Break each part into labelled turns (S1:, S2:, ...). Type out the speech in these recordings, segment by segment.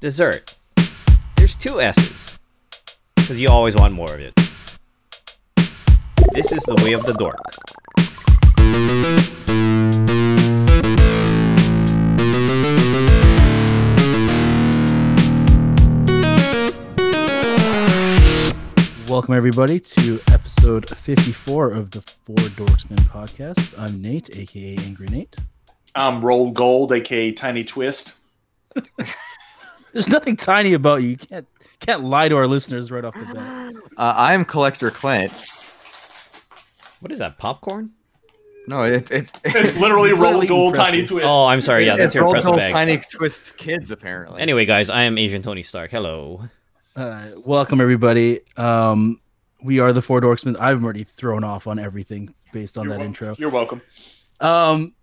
S1: dessert. There's two S's. Because you always want more of it. This is the way of the dork.
S2: Welcome, everybody, to episode 54 of the Four Dorksmen podcast. I'm Nate, aka Angry Nate.
S3: I'm Um, Roll Gold, aka Tiny Twist.
S2: There's nothing tiny about you. You can't, can't lie to our listeners right off the bat.
S4: Uh, I am Collector Clint.
S1: What is that, popcorn?
S4: No, it, it's
S3: It's literally Roll
S4: literally
S3: Gold, Tiny
S4: impressive.
S3: Twist.
S1: Oh, I'm sorry. Yeah,
S4: It-
S1: that's
S4: it's
S1: your
S4: Roll
S1: pretzel
S4: Gold's
S1: bag.
S4: Tiny Twist's kids, apparently.
S1: Anyway, guys, I am Asian Tony Stark. Hello.
S2: Uh, welcome, everybody. Um, we are the Four Dorksmen. I've already thrown off on everything based on
S3: You're
S2: that
S3: wel-
S2: intro.
S3: You're welcome.
S2: Um,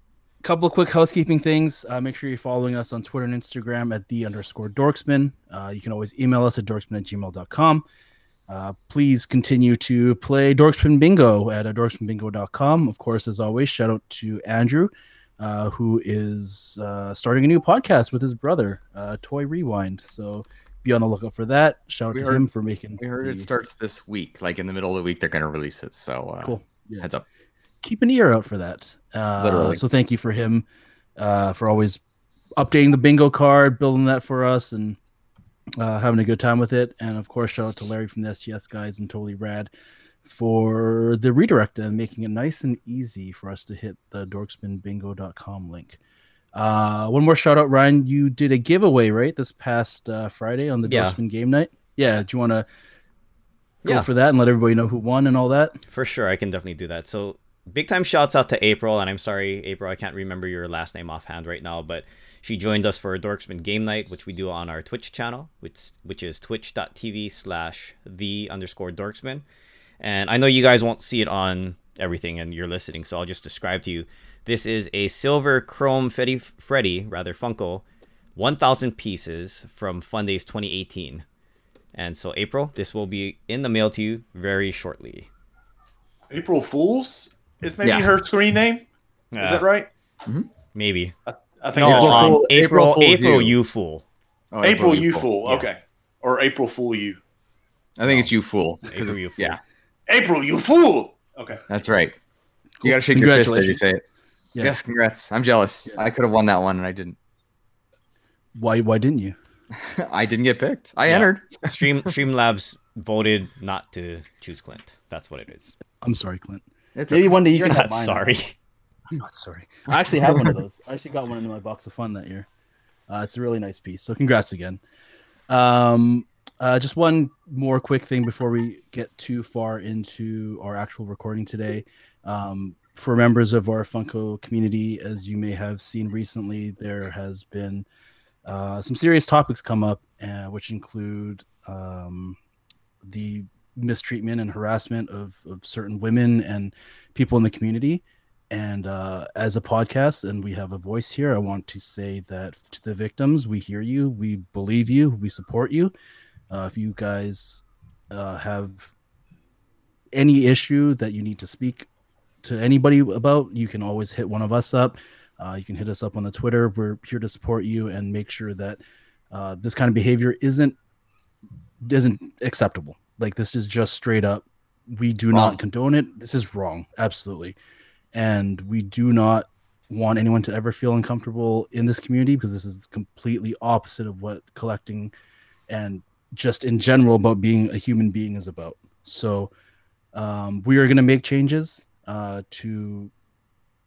S2: couple of quick housekeeping things. Uh, make sure you're following us on Twitter and Instagram at the underscore dorksman. Uh, you can always email us at dorksman at gmail.com. Uh, please continue to play Dorksman Bingo at uh, dorksmanbingo.com. Of course, as always, shout out to Andrew, uh, who is uh, starting a new podcast with his brother, uh, Toy Rewind. So be on the lookout for that. Shout out
S4: We
S2: to
S4: heard-
S2: him for making.
S4: we heard it
S2: the-
S4: starts this week. Like in the middle of the week, they're gonna release it. So uh,
S2: Cool. Yeah.
S4: Heads up.
S2: keep an ear out for that. Uh,
S4: Literally.
S2: So thank you for him uh, for always updating the bingo card, building that for us, and uh, having a good time with it. And of course, shout out to Larry from the STS guys and Totally Rad for the redirect and making it nice and easy for us to hit the dorkspinbingo.com link. Uh, one more shout out, Ryan. You did a giveaway, right? This past uh, Friday on the
S1: Yeah.
S2: Dorkspin game night. Yeah. Do you want to go
S1: Yeah.
S2: for that and let everybody know who won and all that?
S1: For sure, I can definitely do that. So, big time shouts out to April, and I'm sorry, April, I can't remember your last name offhand right now, but she joined us for Dorksman Game Night, which we do on our Twitch channel, which which is twitch.tv slash the underscore Dorksman. And I know you guys won't see it on everything, and you're listening, so I'll just describe to you. This is a silver chrome Freddy, Freddy rather Funko, 1,000 pieces from Fun Days 2018. And so, April, this will be in the mail to you very shortly.
S3: April Fools is maybe
S4: Yeah.
S3: her screen name. Is that right?
S1: Maybe.
S3: I think
S1: No,
S3: that's right.
S1: um, April,
S4: April- April
S1: April,
S4: Fool you.
S1: you fool.
S4: Oh,
S3: April, You Fool. Okay. Or April Fool You.
S4: I think it's you fool. 'cause
S1: April
S4: it's-
S1: You Fool.
S4: Yeah,
S3: April You Fool. Okay.
S4: that's right. You gotta shake your fist as you
S2: Congratulations.
S4: say it.
S2: Yeah.
S4: Yes, congrats. I'm jealous. I could have won that one and I didn't.
S2: Why, why didn't you?
S4: I didn't get picked. I
S1: Yeah.
S4: entered.
S1: Stream Streamlabs voted not to choose Clint. That's what it is.
S2: I'm sorry, Clint.
S4: It's
S2: Maybe one day you
S1: You're
S2: can have
S1: not
S2: mine.
S1: sorry.
S2: I'm not sorry. I actually have one of those. I actually got one in my box of fun that year. Uh, it's a really nice piece. So congrats again. Um, uh, just one more quick thing before we get too far into our actual recording today. Um, for members of our Funko community, as you may have seen recently, there has been uh, some serious topics come up, uh, which include um, the mistreatment and harassment of, of certain women and people in the community and uh, as a podcast and we have a voice here i want to say that to the victims we hear you we believe you we support you uh, if you guys uh, have any issue that you need to speak to anybody about you can always hit one of us up uh, you can hit us up on the twitter we're here to support you and make sure that uh, this kind of behavior isn't isn't acceptable like this is just straight up we do
S4: Wrong.
S2: not condone it this is wrong absolutely and we do not want anyone to ever feel uncomfortable in this community because this is completely opposite of what collecting and just in general about being a human being is about so um, we are going to make changes uh, to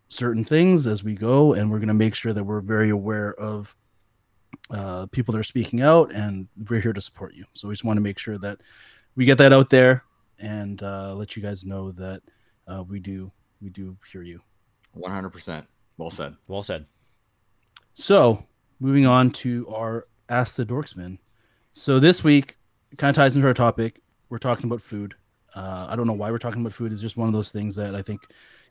S2: certain things as we go and we're going to make sure that we're very aware of uh, people that are speaking out and we're here to support you so we just want to make sure that we get that out there and uh, let you guys know that uh, we do we do hear you
S4: 100%. Well said.
S1: Well said.
S2: So, moving on to our Ask the Dorksman. So, this week kind of ties into our topic. We're talking about food. Uh, I don't know why we're talking about food. It's just one of those things that I think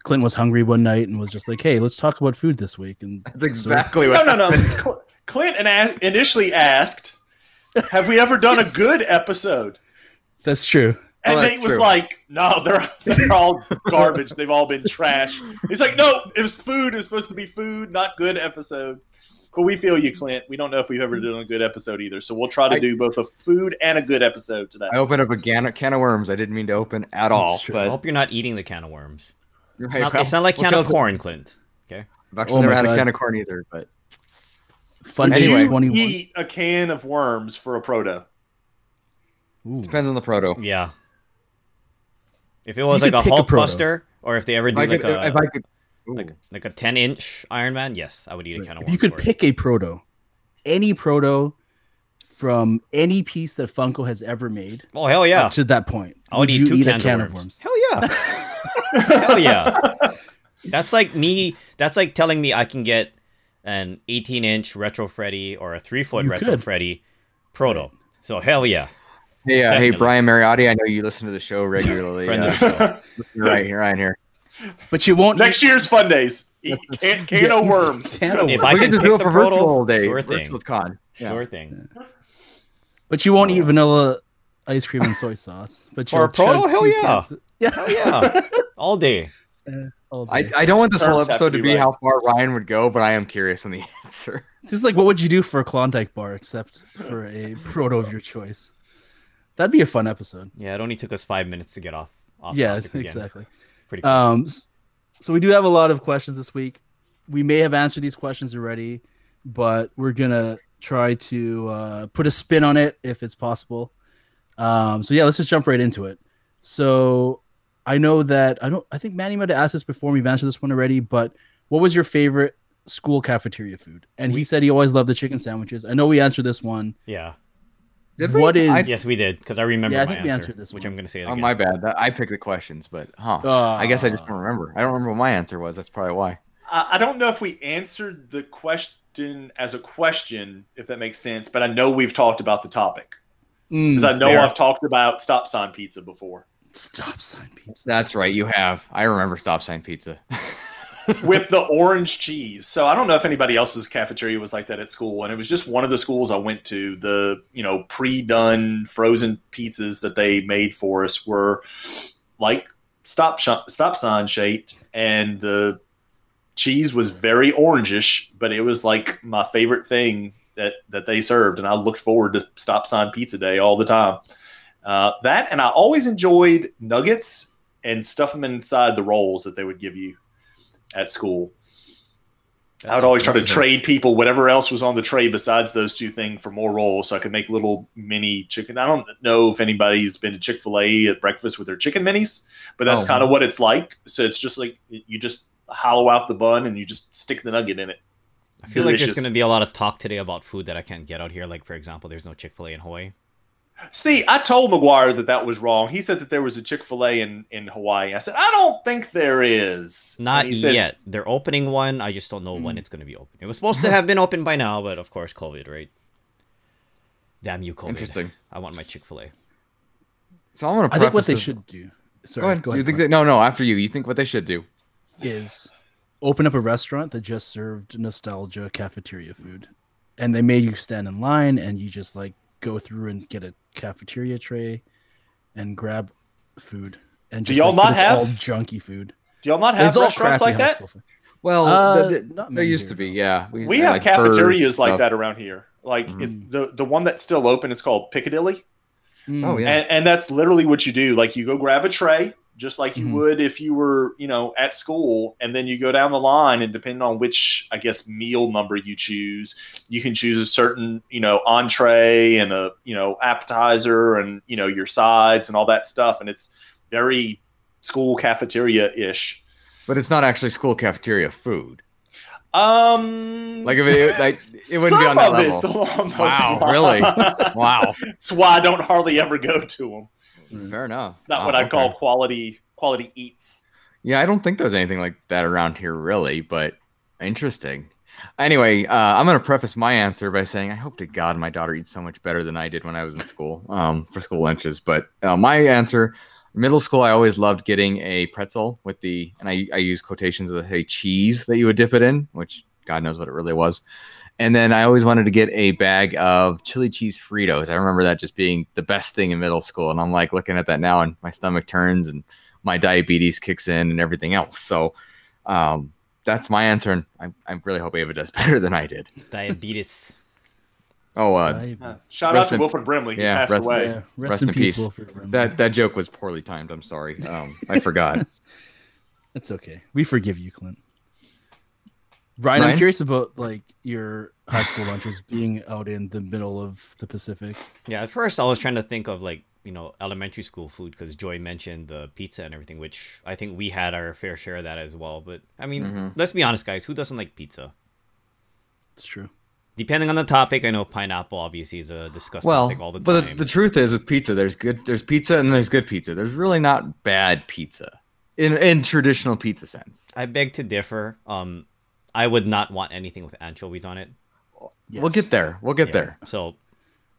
S2: Clint was hungry one night and was just like, hey, let's talk about food this week. And
S4: That's exactly what
S3: No, no, no.
S4: happened.
S3: Cl- Clint and a- initially asked, Have we ever done a good episode?
S2: that's true.
S3: And
S4: Oh, that's
S3: Nate was
S4: true.
S3: like, "No, they're they're all garbage. They've all been trash." He's like, "No, it was food. It was supposed to be food, not good episode." But we feel you, Clint. We don't know if we've ever done a good episode either. So we'll try to
S4: I-
S3: do both a food and a good episode today.
S4: I opened up a can can of worms I didn't mean to open at all.
S2: That's true.
S1: I
S4: But
S1: hope you're not eating the can of worms.
S4: Hey,
S1: It's not,
S4: well,
S1: it's not like
S4: we'll
S1: can of
S4: see.
S1: corn, Clint.
S4: I've actually
S2: Oh
S4: never
S2: my
S4: had
S2: God.
S4: a can of corn either, but
S2: Fun
S3: Did
S4: Anyway.
S2: anyway,
S3: you
S2: 21.
S3: eat a can of worms for a proto?
S2: Ooh.
S4: depends on the proto.
S1: Yeah. If it was
S2: could
S1: like a
S2: pick a
S1: Hulk
S2: proto.
S1: Buster, or if they ever
S4: If
S1: do
S4: I
S1: like
S4: could,
S1: a
S4: if I could, ooh,
S1: like, like a ten inch Iron Man, yes, I would eat a can of
S2: If
S1: worms.
S2: you could
S1: for it.
S2: pick a proto, any proto from any piece that Funko has ever made
S1: Oh hell yeah!
S2: up to that point,
S1: I would, eat two cans of, worms. Hell yeah! hell yeah! That's like me. That's like telling me I can get an 18 inch retro Freddy or a three foot
S2: You
S1: retro
S2: could.
S1: Freddy proto. So hell yeah!
S4: hey, uh, hey,
S1: definitely.
S4: Brian Mariotti, I know you listen to the show regularly.
S1: Friend
S4: uh,
S1: of the show.
S4: you're right here, right here.
S2: But you won't
S3: Next year's fun days. Eat can, can of worms.
S2: can of
S1: If
S2: worms.
S1: I
S4: we
S1: can
S4: could just
S1: pick
S4: do it
S1: the
S4: for
S1: proto,
S4: virtual day,
S1: sure thing.
S4: virtual con. Yeah.
S1: Sure thing.
S2: But you won't eat vanilla ice cream and soy sauce. But
S1: Uh, For a
S2: you'll chug
S1: proto? Hell
S2: two
S1: yeah.
S2: cans
S1: Hell yeah! All day.
S2: all
S4: I,
S2: day.
S4: I don't want this whole
S3: Terms have to
S4: episode to
S3: be
S4: be
S3: right.
S4: how far Ryan would go, but I am curious on the answer.
S2: It's just like what would you do for a Klondike bar except for a proto of your choice? That'd be a fun episode.
S1: Yeah, it only took us five minutes to get off. off
S2: yeah,
S1: topic again.
S2: exactly.
S1: Pretty cool.
S2: Um, s- so we do have a lot of questions this week. We may have answered these questions already, but we're gonna try to uh, put a spin on it if it's possible. Um, so yeah, let's just jump right into it. So I know that I don't. I think Manny might have asked this before. and We've answered this one already, but what was your favorite school cafeteria food? And he said he always loved the chicken sandwiches. I know we answered this one.
S1: yeah.
S4: Did
S2: What is-
S4: I,
S1: Yes, we did because I remember
S2: Yeah, I
S1: my
S2: think we
S1: answer,
S2: answered this
S1: which
S2: one.
S1: I'm going to say it
S4: Oh,
S1: again.
S4: my bad. That- I picked the questions, but huh. I guess I just
S2: Uh,
S4: don't remember. I don't remember what my answer was. That's probably why.
S3: I, I don't know if we answered the question as a question, if that makes sense, but I know we've talked about the topic.
S2: Mm,
S3: Because I know
S4: Fair.
S3: I've talked about stop sign pizza before.
S2: stop sign pizza.
S4: That's right. You have. I remember stop sign pizza.
S3: with the orange cheese. So I don't know if anybody else's cafeteria was like that at school, and it was just one of the schools I went to. The you know pre-done frozen pizzas that they made for us were like stop sh- stop sign shaped, and the cheese was very orangish, but it was like my favorite thing that that they served, and I looked forward to stop sign pizza day all the time. Uh, that and I always enjoyed nuggets and stuff them inside the rolls that they would give you at school.
S1: That's
S3: I would always try to
S1: amazing.
S3: trade people whatever else was on the tray besides those two things for more rolls, so I could make little mini chicken. I don't know if anybody's been to Chick Fil A at breakfast with their chicken minis, but that's
S4: Oh.
S3: kind of what it's like. So it's just like you just hollow out the bun and you just stick the nugget in it.
S1: I feel like there's
S3: delicious.
S1: going to be a lot of talk today about food that I can't get out here. Like, for example, there's no Chick fil A in Hawaii.
S3: See, I told McGuire that that was wrong. He said that there was a Chick Fil A in in Hawaii. I said I don't think there is.
S1: Not
S3: And he says-
S1: yet. They're opening one. I just don't know when it's going to be open. It was supposed to have been open by now, but of course, COVID, right? Damn you, COVID.
S4: Interesting.
S1: I want my Chick fil A.
S4: So I'm gonna.
S2: I think what
S4: preface
S2: they
S4: this-
S2: should do. Sorry,
S4: Go ahead.
S2: Go
S4: Do you
S2: ahead
S4: think that, no, no. After you, you think what they should do?
S2: is open up a restaurant that just served nostalgia cafeteria food and they made you stand in line and you just like go through and get a cafeteria tray and grab food and
S3: Do
S2: just
S3: y'all
S2: like, but
S3: not
S2: it's
S3: have
S2: all junky food
S3: Do y'all not have
S2: it's all
S3: restaurants
S2: crappy
S3: like
S2: high
S3: that?
S2: school food.
S4: Well,
S2: Uh,
S4: the- the-
S2: not
S4: there
S2: many
S4: used
S2: here,
S4: to be. Yeah,
S3: We have
S4: like birds
S3: cafeterias like
S4: stuff.
S3: that around here. Like it's
S2: Mm.
S3: the the one that's still open is called Piccadilly,
S4: Oh yeah.
S3: and, and that's literally what you do. Like you go grab a tray, just like you
S4: Mm-hmm.
S2: Mhm.
S3: would if you were, you know, at school, and then you go down the line, and depending on which, I guess, meal number you choose, you can choose a certain, you know, entree and a, you know, appetizer and you know your sides and all that stuff, and it's very school cafeteria ish.
S4: But it's not actually school cafeteria food.
S3: Um,
S4: Like if it, like it wouldn't be on
S3: some
S4: that
S3: of it's
S4: level.
S3: along those
S4: Wow,
S3: lines.
S4: Wow.
S3: That's why I don't hardly ever go to them.
S2: Mm.
S4: Fair enough.
S3: It's not
S4: Wow,
S3: what I
S4: Ah, okay.
S3: call quality quality eats.
S4: Yeah, I don't think there's anything like that around here, really. But interesting. Anyway, uh, I'm gonna preface my answer by saying I hope to God my daughter eats so much better than I did when I was in school um, for school lunches. But uh, my answer, middle school, I always loved getting a pretzel with the, and I, I use quotations that say cheese that you would dip it in, which God knows what it really was. And then I always wanted to get a bag of chili cheese Fritos. I remember that just being the best thing in middle school. And I'm like looking at that now, and my stomach turns and my diabetes kicks in and everything else. So um, that's my answer, and I, I really hope Ava does better than I did.
S1: Diabetes.
S4: Oh, uh,
S2: I-
S3: Shout out
S4: Rest
S3: to
S4: in-
S3: Wilfred Brimley.
S4: yeah,
S3: he passed
S4: rest-
S3: away.
S2: yeah, rest,
S4: rest
S2: in,
S4: in
S2: peace,
S4: peace.
S2: Wilfred Brimley.
S4: that that joke was poorly timed. I'm sorry. Um, I forgot.
S2: It's okay. We forgive you, Clint. Ryan, I'm
S4: Ryan?
S2: curious about like your high school lunches being out in the middle of the Pacific.
S1: Yeah, at first I was trying to think of like, you know, elementary school food because Joy mentioned the pizza and everything, which I think we had our fair share of that as well. But I mean,
S4: Mhm.
S1: let's be honest, guys, who doesn't like pizza?
S2: It's true.
S1: Depending on the topic, I know pineapple obviously is a disgusting
S4: well,
S1: topic all the
S4: but
S1: time.
S4: the, the truth is, with pizza, there's good, there's pizza, and there's good pizza. There's really not bad pizza in in traditional pizza sense.
S1: I beg to differ. Um, I would not want anything with anchovies on it.
S4: We'll
S2: Yes.
S4: get there. We'll get
S1: Yeah.
S4: there.
S1: So,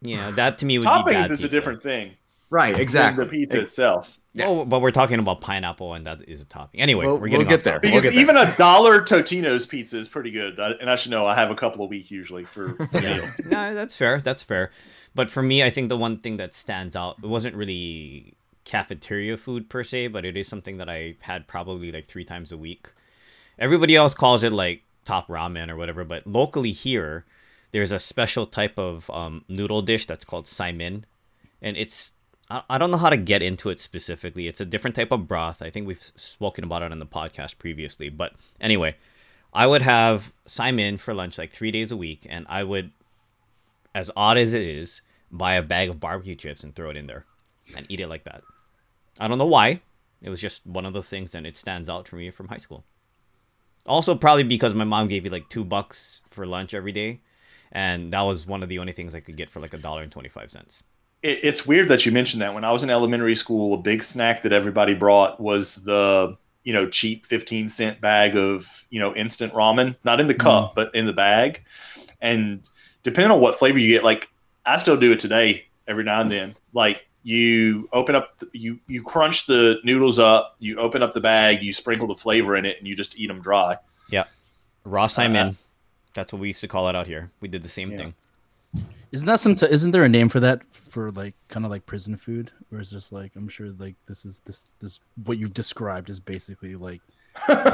S1: you know, that to me would be
S3: Toppings
S1: bad
S3: is a
S1: pizza.
S3: different thing. than
S4: Right. Exactly.
S3: The pizza itself.
S4: Yeah.
S1: Well, Oh, but we're talking about pineapple, and that is a topping. Anyway,
S4: We'll-
S1: we're getting
S4: we'll get
S1: off
S4: there.
S1: topic.
S4: We'll
S3: Because
S4: get there.
S3: even a dollar Totino's pizza is pretty good. I- And I should know I have a couple a week usually for for meal.
S1: no, that's fair. That's fair. But for me, I think the one thing that stands out, it wasn't really cafeteria food per se, but it is something that I had probably like three times a week. Everybody else calls it like top ramen or whatever, but locally here, there's a special type of um, noodle dish that's called saimin. And it's, I, I don't know how to get into it specifically. It's a different type of broth. I think we've s- spoken about it on the podcast previously. But anyway, I would have saimin for lunch like three days a week, and I would as odd as it is, buy a bag of barbecue chips and throw it in there and eat it like that. I don't know why. It was just one of those things and it stands out for me from high school. Also, probably because my mom gave me like two bucks for lunch every day. And that was one of the only things I could get for like a dollar and 25 cents.
S3: It, it's weird that you mentioned that. When I was in elementary school, a big snack that everybody brought was the you know cheap fifteen cent bag of you know instant ramen, not
S2: Mm.
S3: in the cup but in the bag. And depending on what flavor you get, like I still do it today every now and then. Like you open up, th- you you crunch the noodles up, you open up the bag, you sprinkle the flavor in it, and you just eat them dry.
S2: Uh,
S1: Raw Simon. that's what we used to call it out here. We did the same
S3: Yeah.
S1: thing.
S2: Isn't that some? isn't there a name for that for like kind of like prison food, or is just like I'm sure like this is this this what you've described is basically like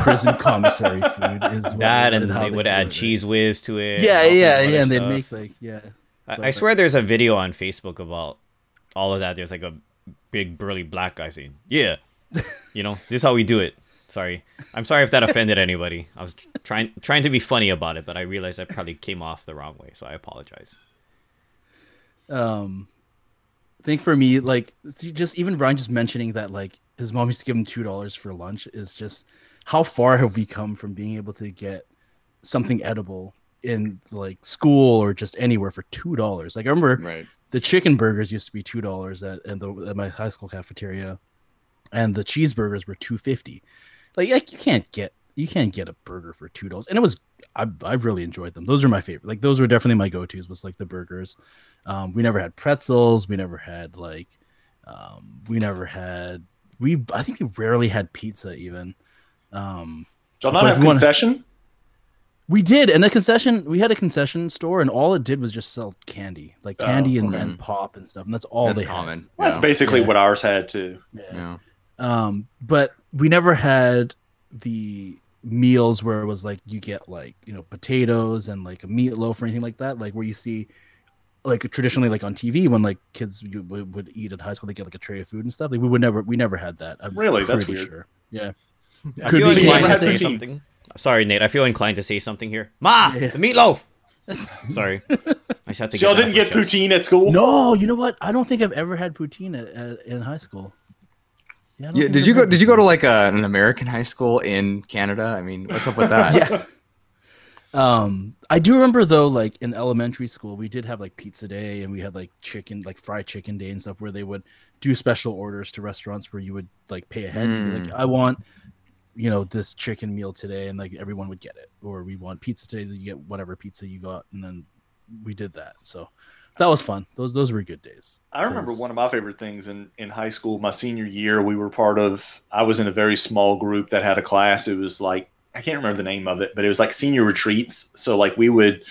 S2: prison commissary food is what,
S1: That and
S2: how
S1: they would
S2: do
S1: add
S2: it.
S1: cheese whiz to it. and all
S2: Yeah,
S1: kinds of
S2: yeah,
S1: other
S2: yeah, and they'd
S1: stuff.
S2: make like yeah.
S1: I, I
S2: But-
S1: swear there's a video on Facebook about all of that. There's like a big burly black guy saying, "Yeah, you know, this is how we do it." Sorry, I'm sorry if that offended anybody. I was trying trying to be funny about it, but I realized I probably came off the wrong way, so I apologize.
S2: um I think for me like it's just even Ryan just mentioning that like his mom used to give him two dollars for lunch is just how far have we come from being able to get something edible in like school or just anywhere for two dollars like I remember
S4: Right.
S2: the chicken burgers used to be two dollars at, at, the- at my high school cafeteria, and the cheeseburgers were two fifty. Like, like you can't get you can't get a burger for two dollars, and it was I, I really enjoyed them. Those are my favorite. Like those were definitely my go tos. Was like the burgers. Um, we never had pretzels. We never had like um, we never had we. I think we rarely had pizza even. Um,
S3: Do y'all not
S2: But
S3: have
S2: if you wanna-
S3: concession?
S2: we did, and the concession we had a concession store, and all it did was just sell candy, like
S3: Oh,
S2: candy and,
S4: okay.
S2: and pop and stuff, and that's all
S4: That's
S2: they had.
S4: common.
S3: Well, that's
S4: Yeah.
S3: basically
S2: Yeah.
S3: what ours had too.
S2: Yeah.
S4: Yeah.
S2: Um, but we never had the meals where it was like you get like you know potatoes and like a meatloaf or anything like that, like where you see like traditionally like on TV when like kids you- would would eat at high school, they get like a tray of food and stuff. Like we would never, we never had that. I'm
S3: Really? That's
S2: pretty
S3: weird.
S2: Sure. Yeah.
S1: I
S2: Could
S1: feel
S2: be
S1: inclined to
S2: Cameron
S1: say
S3: Poutine.
S1: something. Sorry, Nate. I feel inclined to say something here. Ma,
S2: Yeah.
S1: the meatloaf. Sorry, I just had to.
S3: So y'all
S1: that
S3: didn't
S1: off my chest.
S3: get poutine at school?
S2: No, you know what? I don't think I've ever had poutine at, at, in high school. I don't
S4: Yeah,
S2: think
S4: did
S2: I've
S4: you go?
S2: had
S4: Did you go to
S2: poutine.
S4: like a, an American high school in Canada? I mean, what's up with that?
S2: yeah. Um, I do remember though, like in elementary school, we did have like pizza day and we had like chicken, like fried chicken day and stuff, where they would do special orders to restaurants where you would like pay ahead. And be
S3: Hmm.
S2: like, I want, you know, this chicken meal today, and like everyone would get it, or we want pizza today. You get whatever pizza you got, and then we did that. So that was fun. Those those were good days.
S3: I remember
S2: Because-
S3: one of my favorite things in, in high school, my senior year, we were part of, I was in a very small group that had a class. It was like, I can't remember the name of it, but it was like senior retreats. So like we would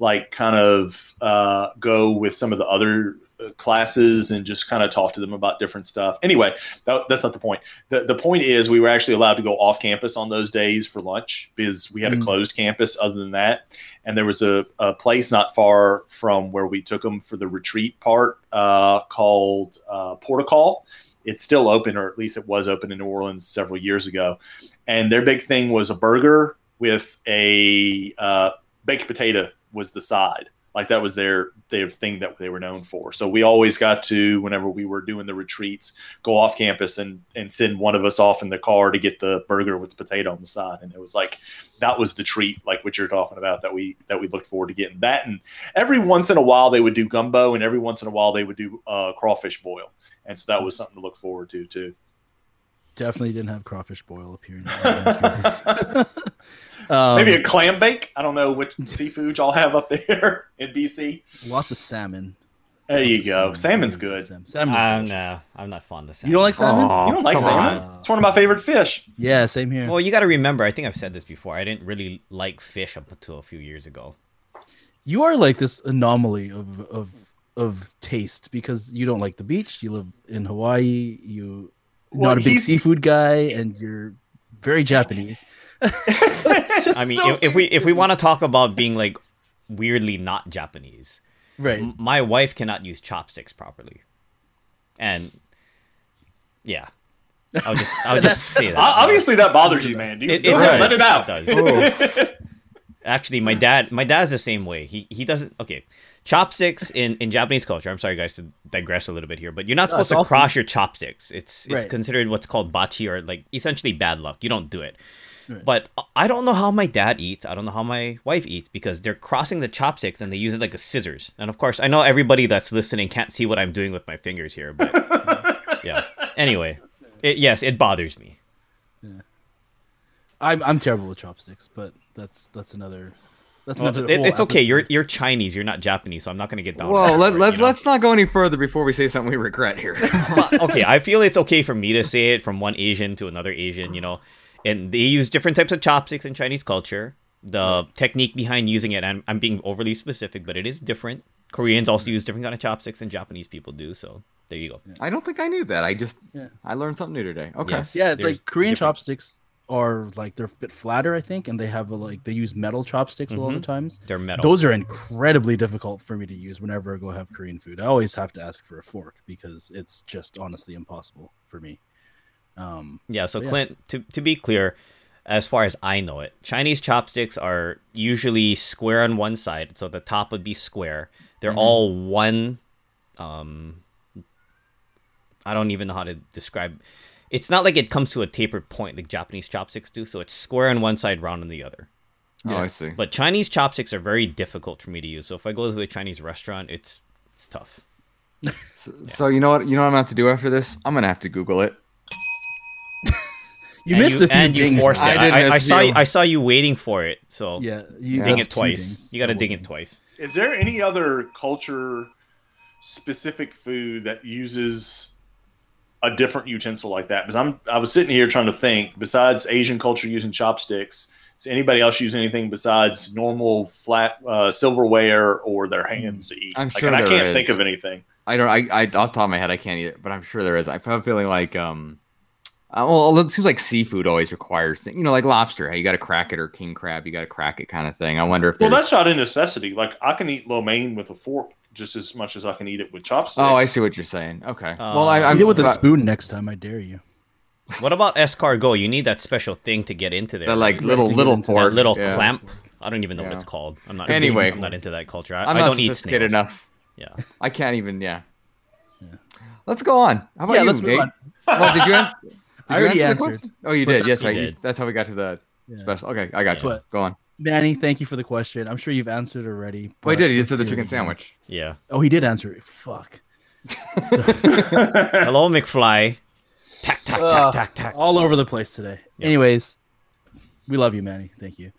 S3: like kind of uh, go with some of the other uh, classes and just kind of talk to them about different stuff. Anyway, that, that's not the point. The, the point is we were actually allowed to go off campus on those days for lunch because we had a
S2: Mm.
S3: closed campus other than that. And there was a, a place not far from where we took them for the retreat part uh, called uh, Portical. It's still open, or at least it was open in New Orleans several years ago. And their big thing was a burger with a uh, baked potato was the side like that was their their thing that they were known for. So we always got to whenever we were doing the retreats, go off campus and and send one of us off in the car to get the burger with the potato on the side. And it was like that was the treat, like what you're talking about that we that we looked forward to getting. That and every once in a while they would do gumbo, and every once in a while they would do uh, crawfish boil. And so that was something to look forward to too.
S2: Definitely didn't have crawfish boil up here.
S3: Maybe
S2: Um,
S3: a clam bake. I don't know what seafood y'all have up there in BC.
S2: lots of salmon.
S3: There
S2: Lots
S3: you
S2: of
S3: go.
S2: salmon.
S3: Salmon's good.
S2: Salmon. Salmon's
S1: I'm
S2: delicious.
S1: Uh, no, I'm not fond of salmon.
S2: You don't like salmon?
S4: Aw,
S3: You don't like
S4: come
S3: salmon?
S4: on.
S3: It's one of my favorite fish.
S2: Yeah, same here.
S1: Well, you got to remember. I think I've said this before. I didn't really like fish up until a few years ago.
S2: you are like this anomaly of of of taste because you don't like the beach. You live in Hawaii. You are
S3: Well,
S2: not a big
S3: he's-
S2: seafood guy, and you're very Japanese. It's just
S1: I mean,
S2: so-
S1: if, if we if we want to talk about being like weirdly not Japanese,
S2: right,
S1: m- my wife cannot use chopsticks properly, and yeah, I'll just I'll just say that.
S3: O- Obviously, that bothers you, man. You,
S1: It-
S3: go
S1: it
S3: ahead,
S4: does.
S3: let it out.
S1: It Actually, my dad, my dad's the same way. He he doesn't. Okay, chopsticks in in Japanese culture. I'm sorry, guys, to digress a little bit here, but you're not
S2: No,
S1: supposed
S2: it's
S1: to
S2: awful.
S1: cross your chopsticks. It's it's
S2: Right.
S1: considered what's called bachi or like essentially bad luck. You don't do it.
S2: Right.
S1: But I- I don't know how my dad eats. I don't know how my wife eats because they're crossing the chopsticks and they use it like a scissors. And of course, I know everybody that's listening can't see what I'm doing with my fingers here, but yeah. Anyway, it, yes, it bothers me.
S2: I'm I'm terrible with chopsticks, but that's that's another. That's
S1: Well,
S2: another.
S1: it-
S2: whole
S1: it's okay. You're
S2: episode.
S1: you're Chinese. You're not Japanese, so I'm not gonna get down.
S4: Well,
S1: on
S4: let,
S1: that
S4: let,
S1: you know?
S4: let's not go any further before we say something we regret here.
S1: Well, okay, I feel it's okay for me to say it from one Asian to another Asian, you know. And they use different types of chopsticks in Chinese culture. The technique behind using it, I'm, I'm being overly specific, but it is different. Koreans also use different kind of chopsticks than Japanese people do. So there you go.
S4: I don't think I knew that. I just
S2: Yeah.
S4: I learned something new today. Okay.
S1: Yes.
S2: yeah, it's
S1: there's
S2: like Korean
S1: different-
S2: chopsticks are like they're a bit flatter, I think, and they have a, like they use metal chopsticks a lot
S1: Mm-hmm.
S2: of times.
S1: They're metal.
S2: Those are incredibly difficult for me to use whenever I go have Korean food. I always have to ask for a fork because it's just honestly impossible for me. Um,
S1: Yeah, so
S2: But yeah.
S1: Clint, to, to be clear, as far as I know it, Chinese chopsticks are usually square on one side, so the top would be square. They're
S2: Mm-hmm.
S1: all one. Um, I don't even know how to describe. It's not like it comes to a tapered point like Japanese chopsticks do, so it's square on one side, round on the other.
S4: Oh,
S2: Yeah.
S4: I see.
S1: But Chinese chopsticks are very difficult for me to use. So if I go to a Chinese restaurant, it's it's tough.
S4: So, so you know what? You know what I'm gonna have to do after this? I'm gonna have to Google it.
S2: you
S1: And
S2: missed a few
S1: and
S2: dings.
S1: You forced it.
S4: I
S1: I,
S4: did
S1: I, I
S4: miss
S1: saw
S4: you.
S1: you. I saw you waiting for it. So
S2: yeah, you
S1: ding
S2: that's
S1: it
S2: two
S1: twice.
S2: dings,
S1: You got to
S2: double
S1: ding it
S2: ding.
S1: twice.
S3: Is there any other culture specific food that uses a different utensil like that? Because I'm I was sitting here trying to think. Besides Asian culture using chopsticks, does anybody else use anything besides normal flat uh, silverware or their hands to eat?
S4: I'm
S3: Like,
S4: sure
S3: and I
S4: there
S3: can't
S4: is.
S3: think of anything.
S4: I don't. I, I off the top of my head, I can't eat it, but I'm sure there is. I have a feeling like um, uh, well, it seems like seafood always requires thing. You know, like lobster. Hey, you got to crack it, or king crab, you got to crack it, kind of thing. I wonder if
S3: Well,
S4: there's.
S3: that's not a necessity. Like I can eat lo mein with a fork just as much as I can eat it with chopsticks.
S4: oh, I see what you're saying. Okay. well, I,
S1: Uh,
S4: I'm
S2: Eat it with a
S4: but-
S2: spoon next time. I dare you.
S1: What about escargot? You need that special thing to get into there.
S4: That like
S1: right?
S4: little
S2: to get
S4: little
S2: into
S1: that
S4: fork.
S1: little
S4: yeah.
S1: clamp. I don't even know what
S4: Yeah.
S1: it's called. I'm not
S4: Anyway.
S1: I'm not into that culture. I,
S4: I'm
S1: I
S4: not
S1: don't eat
S4: sophisticated
S1: snails.
S4: enough.
S1: Yeah.
S4: I can't even. Yeah. Let's go on. How about
S2: Yeah,
S4: you,
S2: let's move
S4: Nate?
S2: on.
S4: Well, did you? an- Did
S2: I
S4: you
S2: already
S4: answer the
S2: answered.
S4: question? Oh, you
S2: But
S4: did.
S2: that's-
S4: Yes, right.
S1: You
S4: You-
S1: did.
S4: that's how we got to the
S2: Yeah.
S4: special. Okay, I got you.
S2: But-
S4: Go on.
S2: Manny, thank you for the question. I'm sure you've answered already.
S4: Well, Oh, he
S2: but
S4: did. He just
S2: let's
S4: did the
S2: hear it
S4: chicken
S2: again.
S4: sandwich.
S1: Yeah.
S2: Oh, he did answer it. Fuck.
S1: Hello, McFly. Tack tack
S2: Ugh.
S1: tack tack tack.
S2: all over the place today. Anyways, we love you, Manny. Thank you.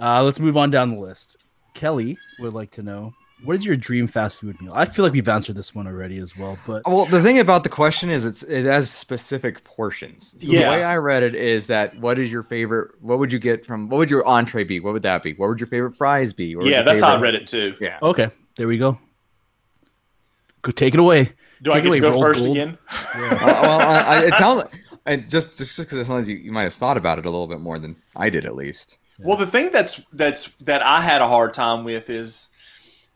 S2: Uh, let's move on down the list. Kelly would like to know what is your dream fast food meal? I feel like we've answered this one already as well, but
S4: Well, the thing about the question is it's it has specific portions. So The
S3: Yes.
S4: way I read it is that what is your favorite? What would you get from? What would your entree be? What would that be? What would your favorite fries be? What would
S3: yeah,
S4: your
S3: that's how I
S4: favorite-
S3: read it too.
S4: Yeah.
S2: okay, there we go. Go take it away.
S3: Do I
S2: Take
S3: get
S2: away
S3: to go
S2: roll
S3: first
S2: gold.
S3: again?
S4: well, well, I, I, it sounds I just just because it sounds like you, you might have thought about it a little bit more than I did, at least.
S3: Well, the thing that's that's that I had a hard time with is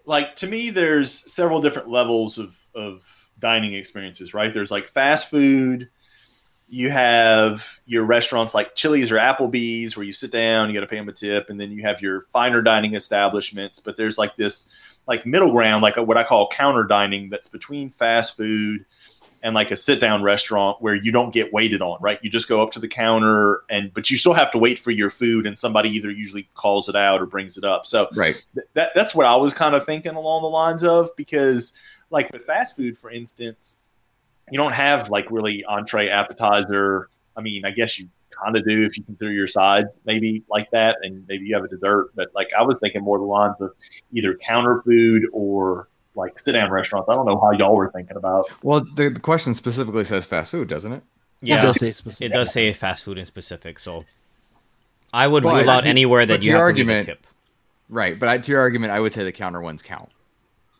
S3: like to me, there's several different levels of of dining experiences, right? There's like fast food. You have your restaurants like Chili's or Applebee's where you sit down, you got to pay them a tip, and then you have your finer dining establishments. But there's like this like middle ground, like what I call counter dining, that's between fast food and like a sit down restaurant where you don't get waited on, right? You just go up to the counter and but you still have to wait for your food and somebody either usually calls it out or brings it up. So
S4: Right.
S3: th- that that's what I was kind of thinking along the lines of because like with fast food for instance, you don't have like really entree appetizer. I mean, I guess you kind of do if you consider your sides maybe like that and maybe you have a dessert, but like I was thinking more the lines of either counter food or like sit down restaurants. I don't know how y'all were thinking about.
S4: Well, the, the question specifically says fast food, doesn't it?
S2: It
S1: Yeah,
S2: does say specific.
S1: it does say fast food in specific, so I would
S4: But
S1: rule
S4: I
S1: out
S4: think-
S1: anywhere
S4: but
S1: that you
S4: your
S1: have
S4: argument-
S1: to leave a tip.
S4: Right. But I, to your argument, I would say the counter ones count.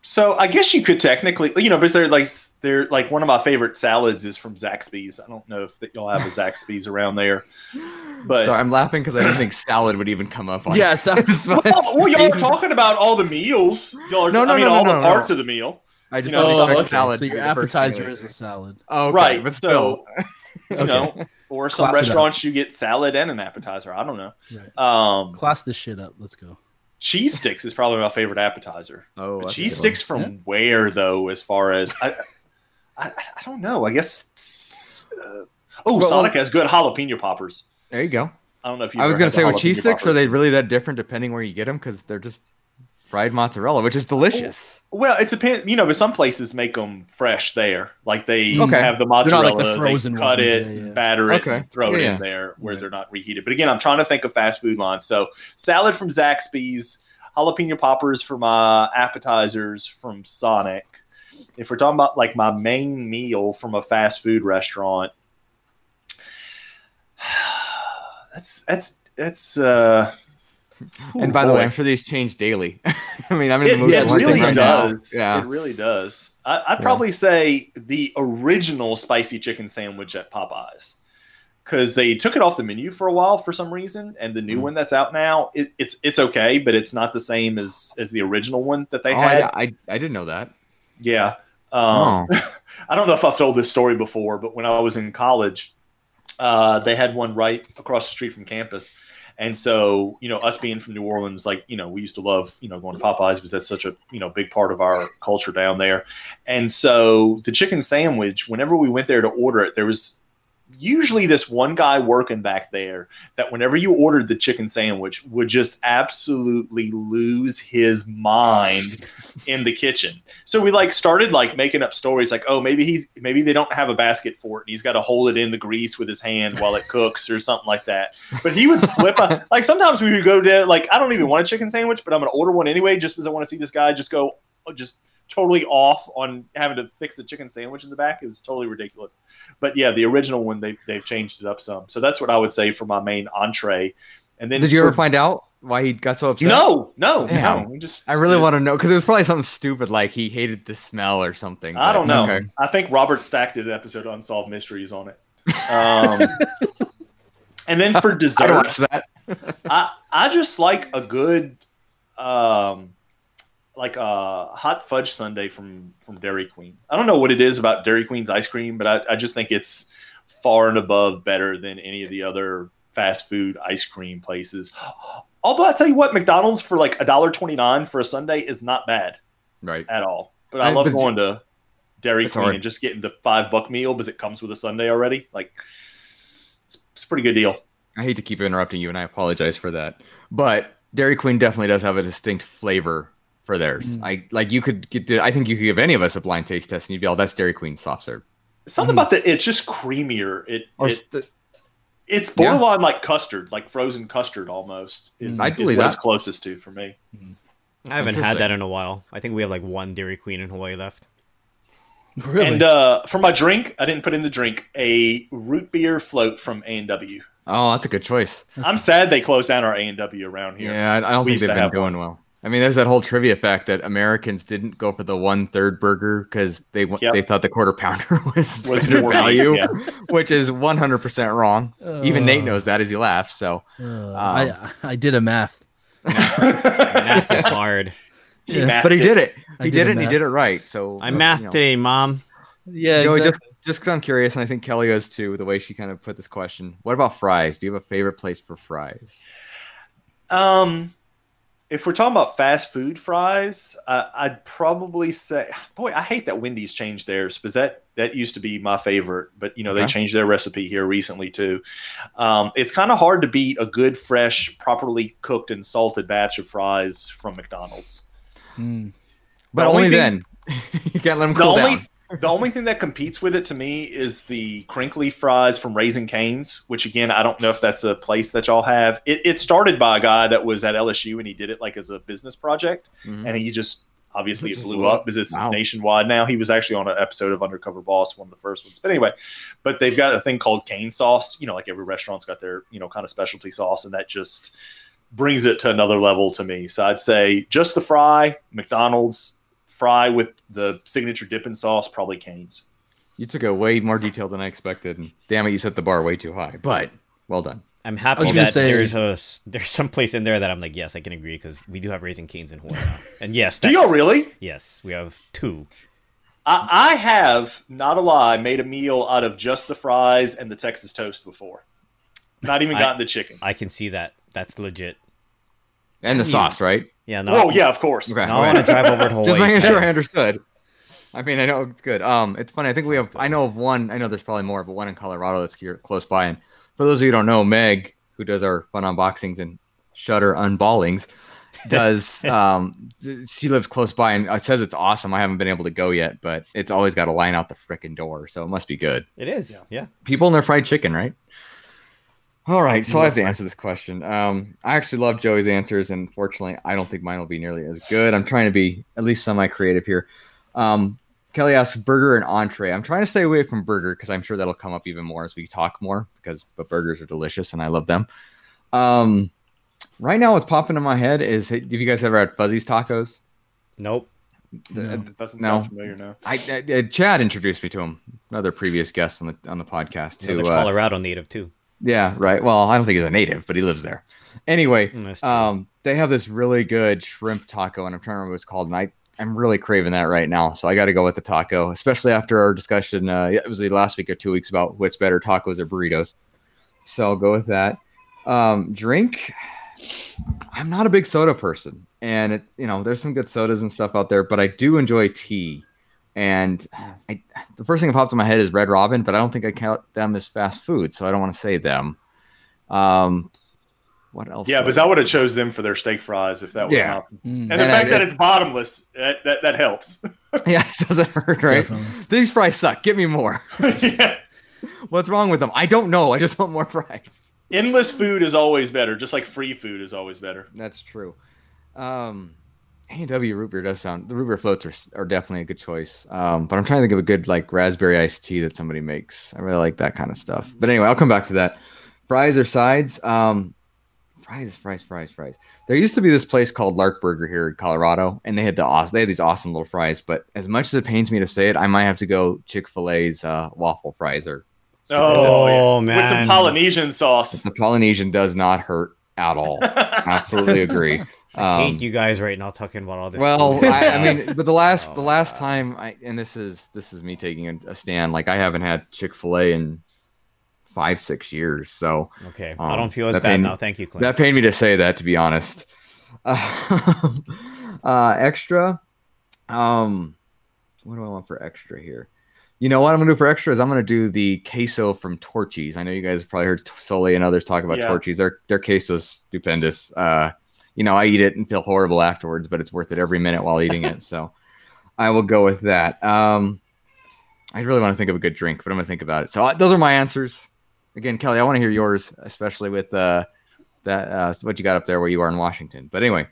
S3: So I guess you could technically, you know, because they're like they're like one of my favorite salads is from Zaxby's. I don't know if that y'all have a Zaxby's around there, but
S4: so I'm laughing because I didn't think salad would even come up on
S2: Yeah, salad-
S4: this,
S3: well,
S4: but-
S3: well, y'all are talking about all the meals. Y'all are,
S4: No, no,
S3: I mean,
S4: no, no,
S3: all
S4: no,
S3: the
S4: no.
S3: parts of the meal,
S4: I just
S3: you know,
S4: don't
S2: Oh,
S4: expect
S2: okay.
S4: salad.
S2: So
S4: to
S2: your
S4: be the first thing
S2: appetizer
S4: I
S2: is a
S4: say.
S2: salad.
S4: Okay,
S3: right?
S4: But still,
S3: so, you know, or some
S2: Class it up.
S3: restaurants you get salad and an appetizer. I don't know.
S2: Right.
S3: Um,
S2: Class this shit up. Let's go.
S3: cheese sticks is probably my favorite appetizer.
S4: oh, that's a
S3: cheese
S4: good one.
S3: sticks from
S2: Yeah.
S3: where though? As far as I, I, I don't know. I guess. Uh, oh,
S4: Well,
S3: Sonic has good jalapeno poppers.
S4: There you go.
S3: I don't know if you.
S4: I was
S3: ever
S4: gonna
S3: had
S4: say
S3: the
S4: with
S3: jalapeno
S4: cheese sticks, are
S3: poppers.
S4: they really that different depending where you get them? Because they're just fried mozzarella, which is
S3: Oh.
S4: delicious.
S3: Well, it depends. You know, but some places make them fresh there. Like they
S4: Okay.
S3: have the
S2: They're not
S3: mozzarella,
S2: like the frozen
S3: they cut
S2: ones,
S3: it,
S2: yeah, yeah.
S3: batter it,
S4: Okay.
S3: and throw it
S4: Yeah,
S3: in there, whereas
S2: Right.
S3: they're not reheated. But again, I'm trying to think of fast food lines. So salad from Zaxby's, jalapeno poppers for my appetizers from Sonic. If we're talking about like my main meal from a fast food restaurant, that's that's that's uh
S4: and by the way,
S3: boy.
S4: I'm sure these change daily. I mean, I'm in the
S3: It,
S4: mood
S3: it
S4: for one
S3: really
S4: thing right now.
S3: does.
S4: Yeah.
S3: It really does. I, I'd
S4: Yeah.
S3: probably say the original spicy chicken sandwich at Popeyes because they took it off the menu for a while for some reason, and the new
S4: Mhm.
S3: one that's out now, it, it's it's okay, but it's not the same as as the original one that they
S4: oh,
S3: had.
S4: I, I, I didn't know that.
S3: Yeah. Um,
S4: Oh.
S3: I don't know if I've told this story before, but when I was in college, uh, they had one right across the street from campus. And so, you know, us being from New Orleans, like, you know, we used to love, you know, going to Popeyes because that's such a, you know, big part of our culture down there. And so the chicken sandwich, whenever we went there to order it, there was usually this one guy working back there that whenever you ordered the chicken sandwich would just absolutely lose his mind in the kitchen. So we like started like making up stories like, oh, maybe he's maybe they don't have a basket for it and he's got to hold it in the grease with his hand while it cooks or something like that. But he would flip out. Like sometimes we would go to like I don't even want a chicken sandwich, but I'm gonna order one anyway just because I want to see this guy just go uh, just totally off on having to fix the chicken sandwich in the back. It was totally ridiculous. But yeah, the original one they they've changed it up some. So that's what I would say for my main entree. And then
S4: Did you
S3: for-
S4: ever find out why he got so upset?
S3: no, no,
S4: Damn.
S3: no. We Just
S4: I really
S3: it-
S4: want to know because it was probably something stupid like he hated the smell or something.
S3: I
S4: but-
S3: don't know.
S4: Okay.
S3: I think Robert Stack did an episode of Unsolved Mysteries on it. Um, and then for
S4: I
S3: dessert,
S4: watched that.
S3: I, I just like a good, um, like a hot fudge sundae from from Dairy Queen. I don't know what it is about Dairy Queen's ice cream, but I, I just think it's far and above better than any of the other fast food ice cream places. Although I tell you what, McDonald's for like a dollar twenty nine for a sundae is not bad.
S4: Right.
S3: at all. But I
S4: I-
S3: love
S4: but-
S3: going to Dairy
S4: It's
S3: Queen
S4: hard.
S3: and just getting the five buck meal because it comes with a Sunday already. Like, it's, it's a pretty good deal.
S4: I hate to keep interrupting you, and I apologize for that. But Dairy Queen definitely does have a distinct flavor for theirs.
S2: Mm.
S4: I like you could get. I think you could give any of us a blind taste test, and you'd be all, "That's Dairy Queen soft serve."
S3: Something
S2: Mhm.
S3: about that. It's just creamier. It,
S4: Mm-hmm. Or
S3: it
S4: st-
S3: it's
S4: Yeah.
S3: borderline like custard, like frozen custard almost. Is,
S4: I'd
S3: is
S4: believe
S3: what it's
S4: that.
S3: closest to for me.
S1: I haven't
S4: Interesting.
S1: had that in a while. I think we have like one Dairy Queen in Hawaii left.
S2: Really?
S3: And uh, for my drink, I didn't put in the drink a root beer float from A and W.
S4: oh, that's a good choice.
S3: I'm sad they closed down our A and W around here.
S4: Yeah, I, I don't
S3: We used
S4: think
S3: to
S4: they've been
S3: have
S4: doing well. I mean, there's that whole trivia fact that Americans didn't go for the one third burger because they wa-
S3: Yep.
S4: they thought the quarter pounder was,
S3: Was
S4: better
S3: more
S4: value,
S3: yeah.
S4: which is 100 percent wrong. Even Nate
S2: Uh,
S4: knows that as he laughs. So
S2: uh, I I did a math.
S1: Math is hard.
S2: Yeah,
S3: mathed
S4: but he did it.
S2: I
S4: He
S2: did
S4: did,
S2: a
S4: it. and He
S2: math.
S4: did it right. So
S1: I
S4: you
S1: mathed
S4: know.
S1: today, mom.
S2: Yeah,
S4: Joey,
S2: exactly.
S4: just just because I'm curious, and I think Kelly is too, with the way she kind of put this question. What about fries? Do you have a favorite place for fries?
S3: Um, if we're talking about fast food fries, uh, I'd probably say, boy, I hate that Wendy's changed theirs because that that used to be my favorite, but you know they
S4: Okay.
S3: changed their recipe here recently too. Um, it's kind of hard to beat a good, fresh, properly cooked and salted batch of fries from McDonald's.
S2: Mm.
S4: But
S3: only
S4: only,
S3: thing-
S4: then. you can't let them
S3: The
S4: cool
S3: only
S4: down.
S3: the only thing that competes with it to me is the crinkly fries from Raising Canes, which again I don't know if that's a place that y'all have. It, it started by a guy that was at LSU and he did it like as a business project.
S4: Mhm.
S3: and he just obviously it
S4: Just
S3: blew
S4: blew
S3: up
S4: up.
S3: because it's
S4: Wow.
S3: nationwide now. He was actually on an episode of Undercover Boss, one of the first ones. But anyway, but they've got a thing called cane sauce. You know, like every restaurant's got their you know kind of specialty sauce, and that just brings it to another level to me. So I'd say just the fry, McDonald's fry with the signature dipping sauce, probably canes.
S4: You took it way more detail than I expected. And damn it, you set the bar way too high. But well done.
S1: I'm
S2: I was
S1: happy
S2: gonna
S1: that
S2: say-
S1: there's a s- there's some place in there that I'm like, yes, I can agree because we do have raising canes in Hawaii. now. And yes,
S3: Do y'all
S1: that's-
S3: really?
S1: Yes, we have two.
S3: I, I have not a lie made a meal out of just the fries and the Texas toast before. Not even
S1: I-
S3: gotten the chicken.
S1: I can see that. That's legit.
S4: And the
S1: Hmm.
S4: sauce, right?
S1: Yeah. No.
S3: Oh yeah, of course.
S4: Okay.
S1: Now I want to drive over to Hawaii.
S4: Just making sure I understood. I mean, I know it's good. Um, it's funny. I think we have.
S1: Sounds
S4: I know of one. I know there's probably more, but one in Colorado that's here close by. And for those of you who don't know, Meg, who does our fun unboxings and shutter unballings, does. um, th- she lives close by and uh, says it's awesome. I haven't been able to go yet, but it's always got a line out the frickin' door, so it must be good.
S1: It is.
S3: Yeah.
S1: Yeah.
S4: People in their fried chicken, right? Mm-hmm. All right, so I have to answer this question. Um, I actually love Joey's answers, and fortunately, I don't think mine will be nearly as good. I'm trying to be at least semi-creative here. Um, Kelly asks burger and entree. I'm trying to stay away from burger because I'm sure that'll come up even more as we talk more. Because but burgers are delicious, and I love them. Um, right now, what's popping in my head is: hey, Have you guys ever had Fuzzy's tacos?
S1: Nope.
S4: The-
S2: No.
S3: Doesn't
S4: No.
S3: sound familiar now.
S4: I, I- uh, Chad introduced me to him, another previous guest on the on the podcast
S1: To,
S4: too.
S1: Another
S4: Uh,
S1: Colorado native too.
S4: Yeah, right. Well, I don't think he's a native, but he lives there. Anyway,
S1: Mm, that's true.
S4: um, they have this really good shrimp taco, and I'm trying to remember what it's called, and I I'm really craving that right now. So I got to go with the taco, especially after our discussion. Uh, it was the last week or two weeks about what's better, tacos or burritos. So I'll go with that. Um, drink. I'm not a big soda person, and it you know there's some good sodas and stuff out there, but I do enjoy tea. And I, the first thing that popped in my head is Red Robin, but I don't think I count them as fast food, so I don't want to say them. Um, what else?
S3: Yeah,
S4: would
S3: because I would have chose them for their steak fries if that was
S4: Yeah.
S3: an option.
S2: Mm,
S3: And, the
S4: And I
S3: fact that
S4: did.
S3: it's bottomless, that, that, that helps.
S4: Yeah, it doesn't hurt, right?
S2: definitely.
S4: These fries suck. Give me more.
S3: yeah.
S4: What's wrong with them? I don't know. I just want more fries.
S3: Endless food is always better, just like free food is always better.
S4: That's true. Um, A&W root beer does sound. The root beer floats are, s- are definitely a good choice. Um, but I'm trying to think of a good like raspberry iced tea that somebody makes. I really like that kind of stuff. But anyway, I'll come back to that. Fries or sides? Um, fries, fries, fries, fries. There used to be this place called Lark Burger here in Colorado, and they had the awesome. They had these awesome little fries. But as much as it pains me to say it, I might have to go Chick Fil A's uh, waffle fries or
S1: oh
S3: Oh,
S1: man.
S3: with some Polynesian sauce.
S4: the Polynesian does not hurt at all. Absolutely agree.
S1: I
S4: Um,
S1: hate you guys right now talking about all this.
S4: Well,
S1: food.
S4: I, I mean, but the last the
S1: Oh,
S4: last
S1: God.
S4: time I and this is this is me taking a, a stand. Like I haven't had Chick Fil A in five six years, so
S1: okay.
S4: um,
S1: I don't feel as
S4: that
S1: bad
S4: pain-
S1: now. Thank you, Clint.
S4: that pained me to say that. To be honest, uh, uh, extra. Um, what do I want for extra here? You know what I'm gonna do for extra is I'm gonna do the queso from Torchy's. I know you guys have probably heard Soli and others talk about
S3: Yeah.
S4: Torchy's. Their their queso is stupendous. Uh, you know I eat it and feel horrible afterwards, but it's worth it every minute while eating it. So I will go with that. Um, I really want to think of a good drink, but I'm gonna think about it. So uh, those are my answers. Again, Kelly, I want to hear yours, especially with uh, that uh, what you got up there where you are in Washington. But anyway,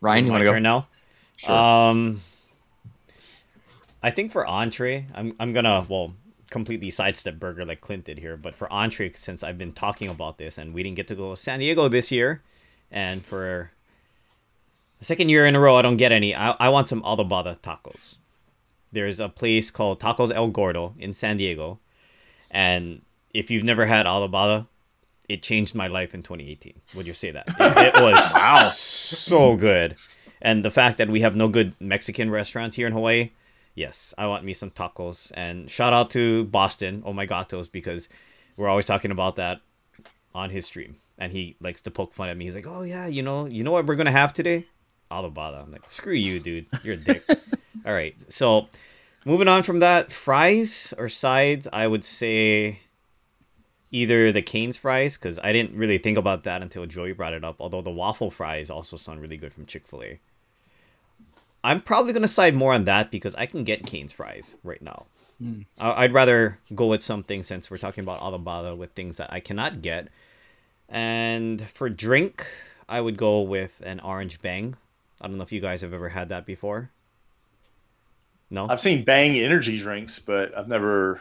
S4: Ryan, you
S1: My
S4: want to go?
S1: turn now? Um, I think for entree, I'm I'm gonna well completely sidestep burger like Clint did here, but for entree, since I've been talking about this and we didn't get to go to San Diego this year, and for The second year in a row, I don't get any. I, I want some adobada tacos. There's a place called Tacos El Gordo in San Diego, and if you've never had adobada, it changed my life in 2018. Would you say that? It, it was
S4: Wow.
S1: so good, and the fact that we have no good Mexican restaurants here in Hawaii. Yes, I want me some tacos. And shout out to Boston, Oh My Gatos, because we're always talking about that on his stream and he likes to poke fun at me. He's like, "Oh yeah, you know, you know what we're gonna have today? Alibaba." I'm like, "Screw you, dude. You're a dick." All right, so moving on from that, fries or sides, I would say either the Cane's fries because I didn't really think about that until Joey brought it up. Although the waffle fries also sound really good from Chick Fil A. I'm probably gonna side more on that because I can get Cane's fries right now. I- I'd rather go with something since we're talking about Alibaba with things that I cannot get. And for drink, I would go with an orange bang. I don't know if you guys have ever had that before. No,
S3: I've seen Bang energy drinks, but I've never.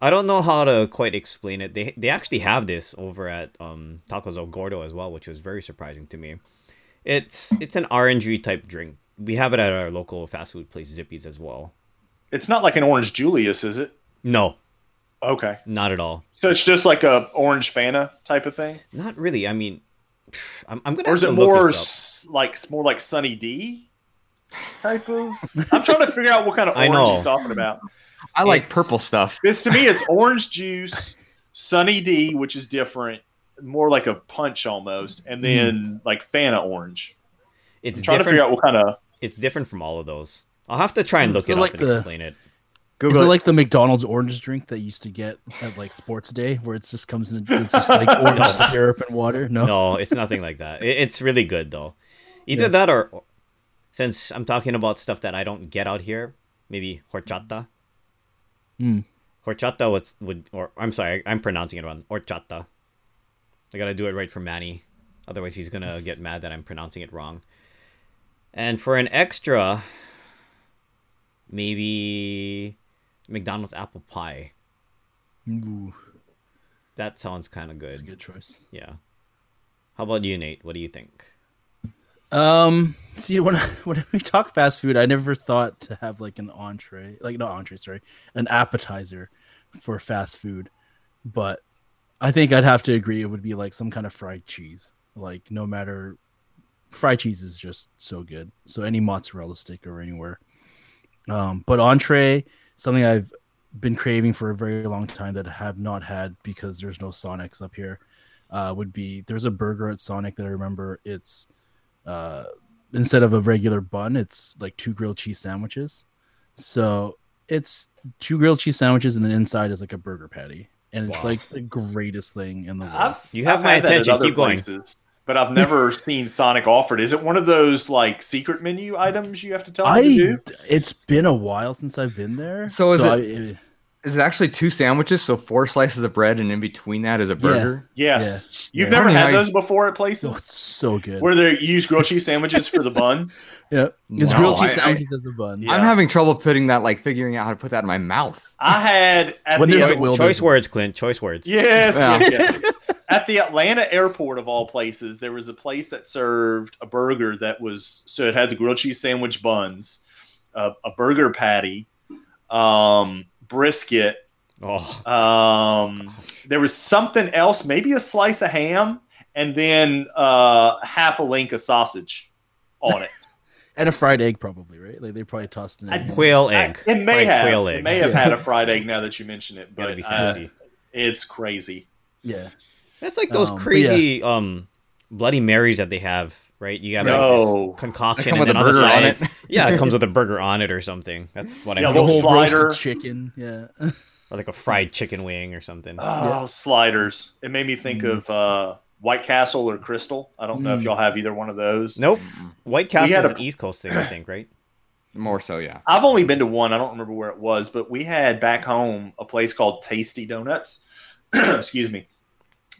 S1: I don't know how to quite explain it. They they actually have this over at um, Tacos El Gordo as well, which was very surprising to me. It's it's an orangey type drink. We have it at our local fast food place, Zippy's, as well.
S3: It's not like an Orange Julius, is it?
S1: No,
S3: Okay,
S1: not at all.
S3: so it's just like a Orange Fanta type of thing,
S1: Not really. I mean, I'm, I'm gonna.
S3: or is
S1: have
S3: it
S1: to look
S3: more
S1: this up.
S3: s- like more like Sunny D type of? I'm trying to figure out what kind of
S1: I
S3: orange
S1: know.
S3: he's talking about.
S4: I like
S1: It's-
S4: purple stuff.
S3: This to me, it's orange juice, Sunny D, which is different, more like a punch almost, and then like Fanta orange.
S1: Hmm. It's
S3: I'm trying to
S1: different.
S3: figure out what kind of.
S1: It's different from all of those. I'll have to try and
S2: Hmm,
S1: look
S2: so
S1: it up
S2: like
S1: and
S2: the-
S1: explain it.
S2: Is
S4: Google
S2: it
S4: it.
S2: like the McDonald's orange drink that you used to get at like sports day, where it just comes in, it's just like orange
S1: No.
S2: syrup and water? No,
S1: no, it's nothing like that. It, it's really good though. Either that or since I'm talking about stuff that I don't get out here, maybe horchata. Hmm.
S2: Mm.
S1: Horchata was would or I'm sorry, I'm pronouncing it wrong. Horchata. I gotta do it right for Manny. Otherwise he's gonna get mad that I'm pronouncing it wrong. And for an extra maybe McDonald's apple pie.
S2: Ooh,
S1: That sounds kinda
S2: that's a
S1: good.
S2: good choice.
S1: Yeah. How about you, Nate? What do you think?
S2: Um, see, when I, when we talk fast food, I never thought to have like an entree, like not entree, sorry, an appetizer for fast food. But I think I'd have to agree it would be like some kind of fried cheese. Like no matter, fried cheese is just so good. So any mozzarella stick or anywhere. Um, but entree, something I've been craving for a very long time that I have not had because there's no Sonics up here. Uh, would be there's a burger at Sonic that I remember. It's uh, instead of a regular bun, it's like two grilled cheese sandwiches. So it's two grilled cheese sandwiches, and then inside is like a burger patty, and it's
S1: Wow.
S2: like the greatest thing in the world.
S3: I've,
S1: You have
S3: I've
S1: my
S3: had that at
S1: attention.
S3: other
S1: Keep going.
S3: places, but I've never seen Sonic offered. Is it one of those like secret menu items you have to tell them to
S2: I
S3: do?
S2: it's been a while since I've been there.
S4: So is
S2: I,
S4: Is it actually two sandwiches? So four slices of bread, and in between that is a burger.
S3: Yes.
S2: Yeah.
S3: You've
S4: Yeah.
S3: never
S4: Funny how
S3: had
S4: you-
S3: those before at
S2: so
S3: places
S2: it's so good.
S3: where they you use grilled cheese sandwiches for the bun.
S2: yeah, it's
S4: No,
S2: grilled
S4: I-
S2: cheese
S4: I-
S2: sandwiches as the bun.
S3: Yeah.
S4: I'm having trouble putting that, like figuring out how to put that in my mouth.
S3: I had at
S2: When
S3: the
S2: there's
S1: Choi-
S2: a will
S1: choice
S2: do.
S1: words, Clint. Choice words.
S3: Yes,
S4: Yeah.
S3: yes, yes. At the Atlanta airport, of all places, there was a place that served a burger that was so it had the grilled cheese sandwich buns, a, a burger patty, um, brisket.
S1: Oh,
S3: Um, there was something else, maybe a slice of ham, and then uh, half a link of sausage on it.
S2: and a fried egg probably right. Like they probably tossed an
S3: I-
S2: egg. in.
S1: quail egg.
S3: I- it may
S1: Fried
S3: have.
S1: quail
S3: It
S1: egg.
S3: may have
S2: Yeah.
S3: had a fried egg now that you mention it,
S1: Gotta
S3: but
S1: be
S3: uh,
S1: fancy.
S3: it's crazy.
S2: yeah,
S1: That's like those
S2: um, but yeah.
S1: crazy um bloody marys that they have, right? You got like
S3: No.
S1: this
S4: They
S1: concoction
S4: come
S1: and
S4: with a
S1: then on the
S4: burger on
S1: side,
S4: it.
S1: yeah, it comes with a burger on it or something. That's what I
S3: Yeah,
S1: mean.
S2: the
S3: little
S2: whole
S3: slider.
S2: roasted chicken. Yeah,
S1: or like a fried chicken wing or something.
S3: Oh, sliders. It made me think
S2: Mm.
S3: of uh, White Castle or Crystal. I don't know if
S2: Mm.
S3: y'all have either one of those.
S1: nope. White Castle
S3: had
S1: is
S3: a-
S1: an East Coast thing, I think, right?
S4: More so, yeah.
S3: I've only been to one. I don't remember where it was, but we had back home a place called Tasty Donuts. Excuse me.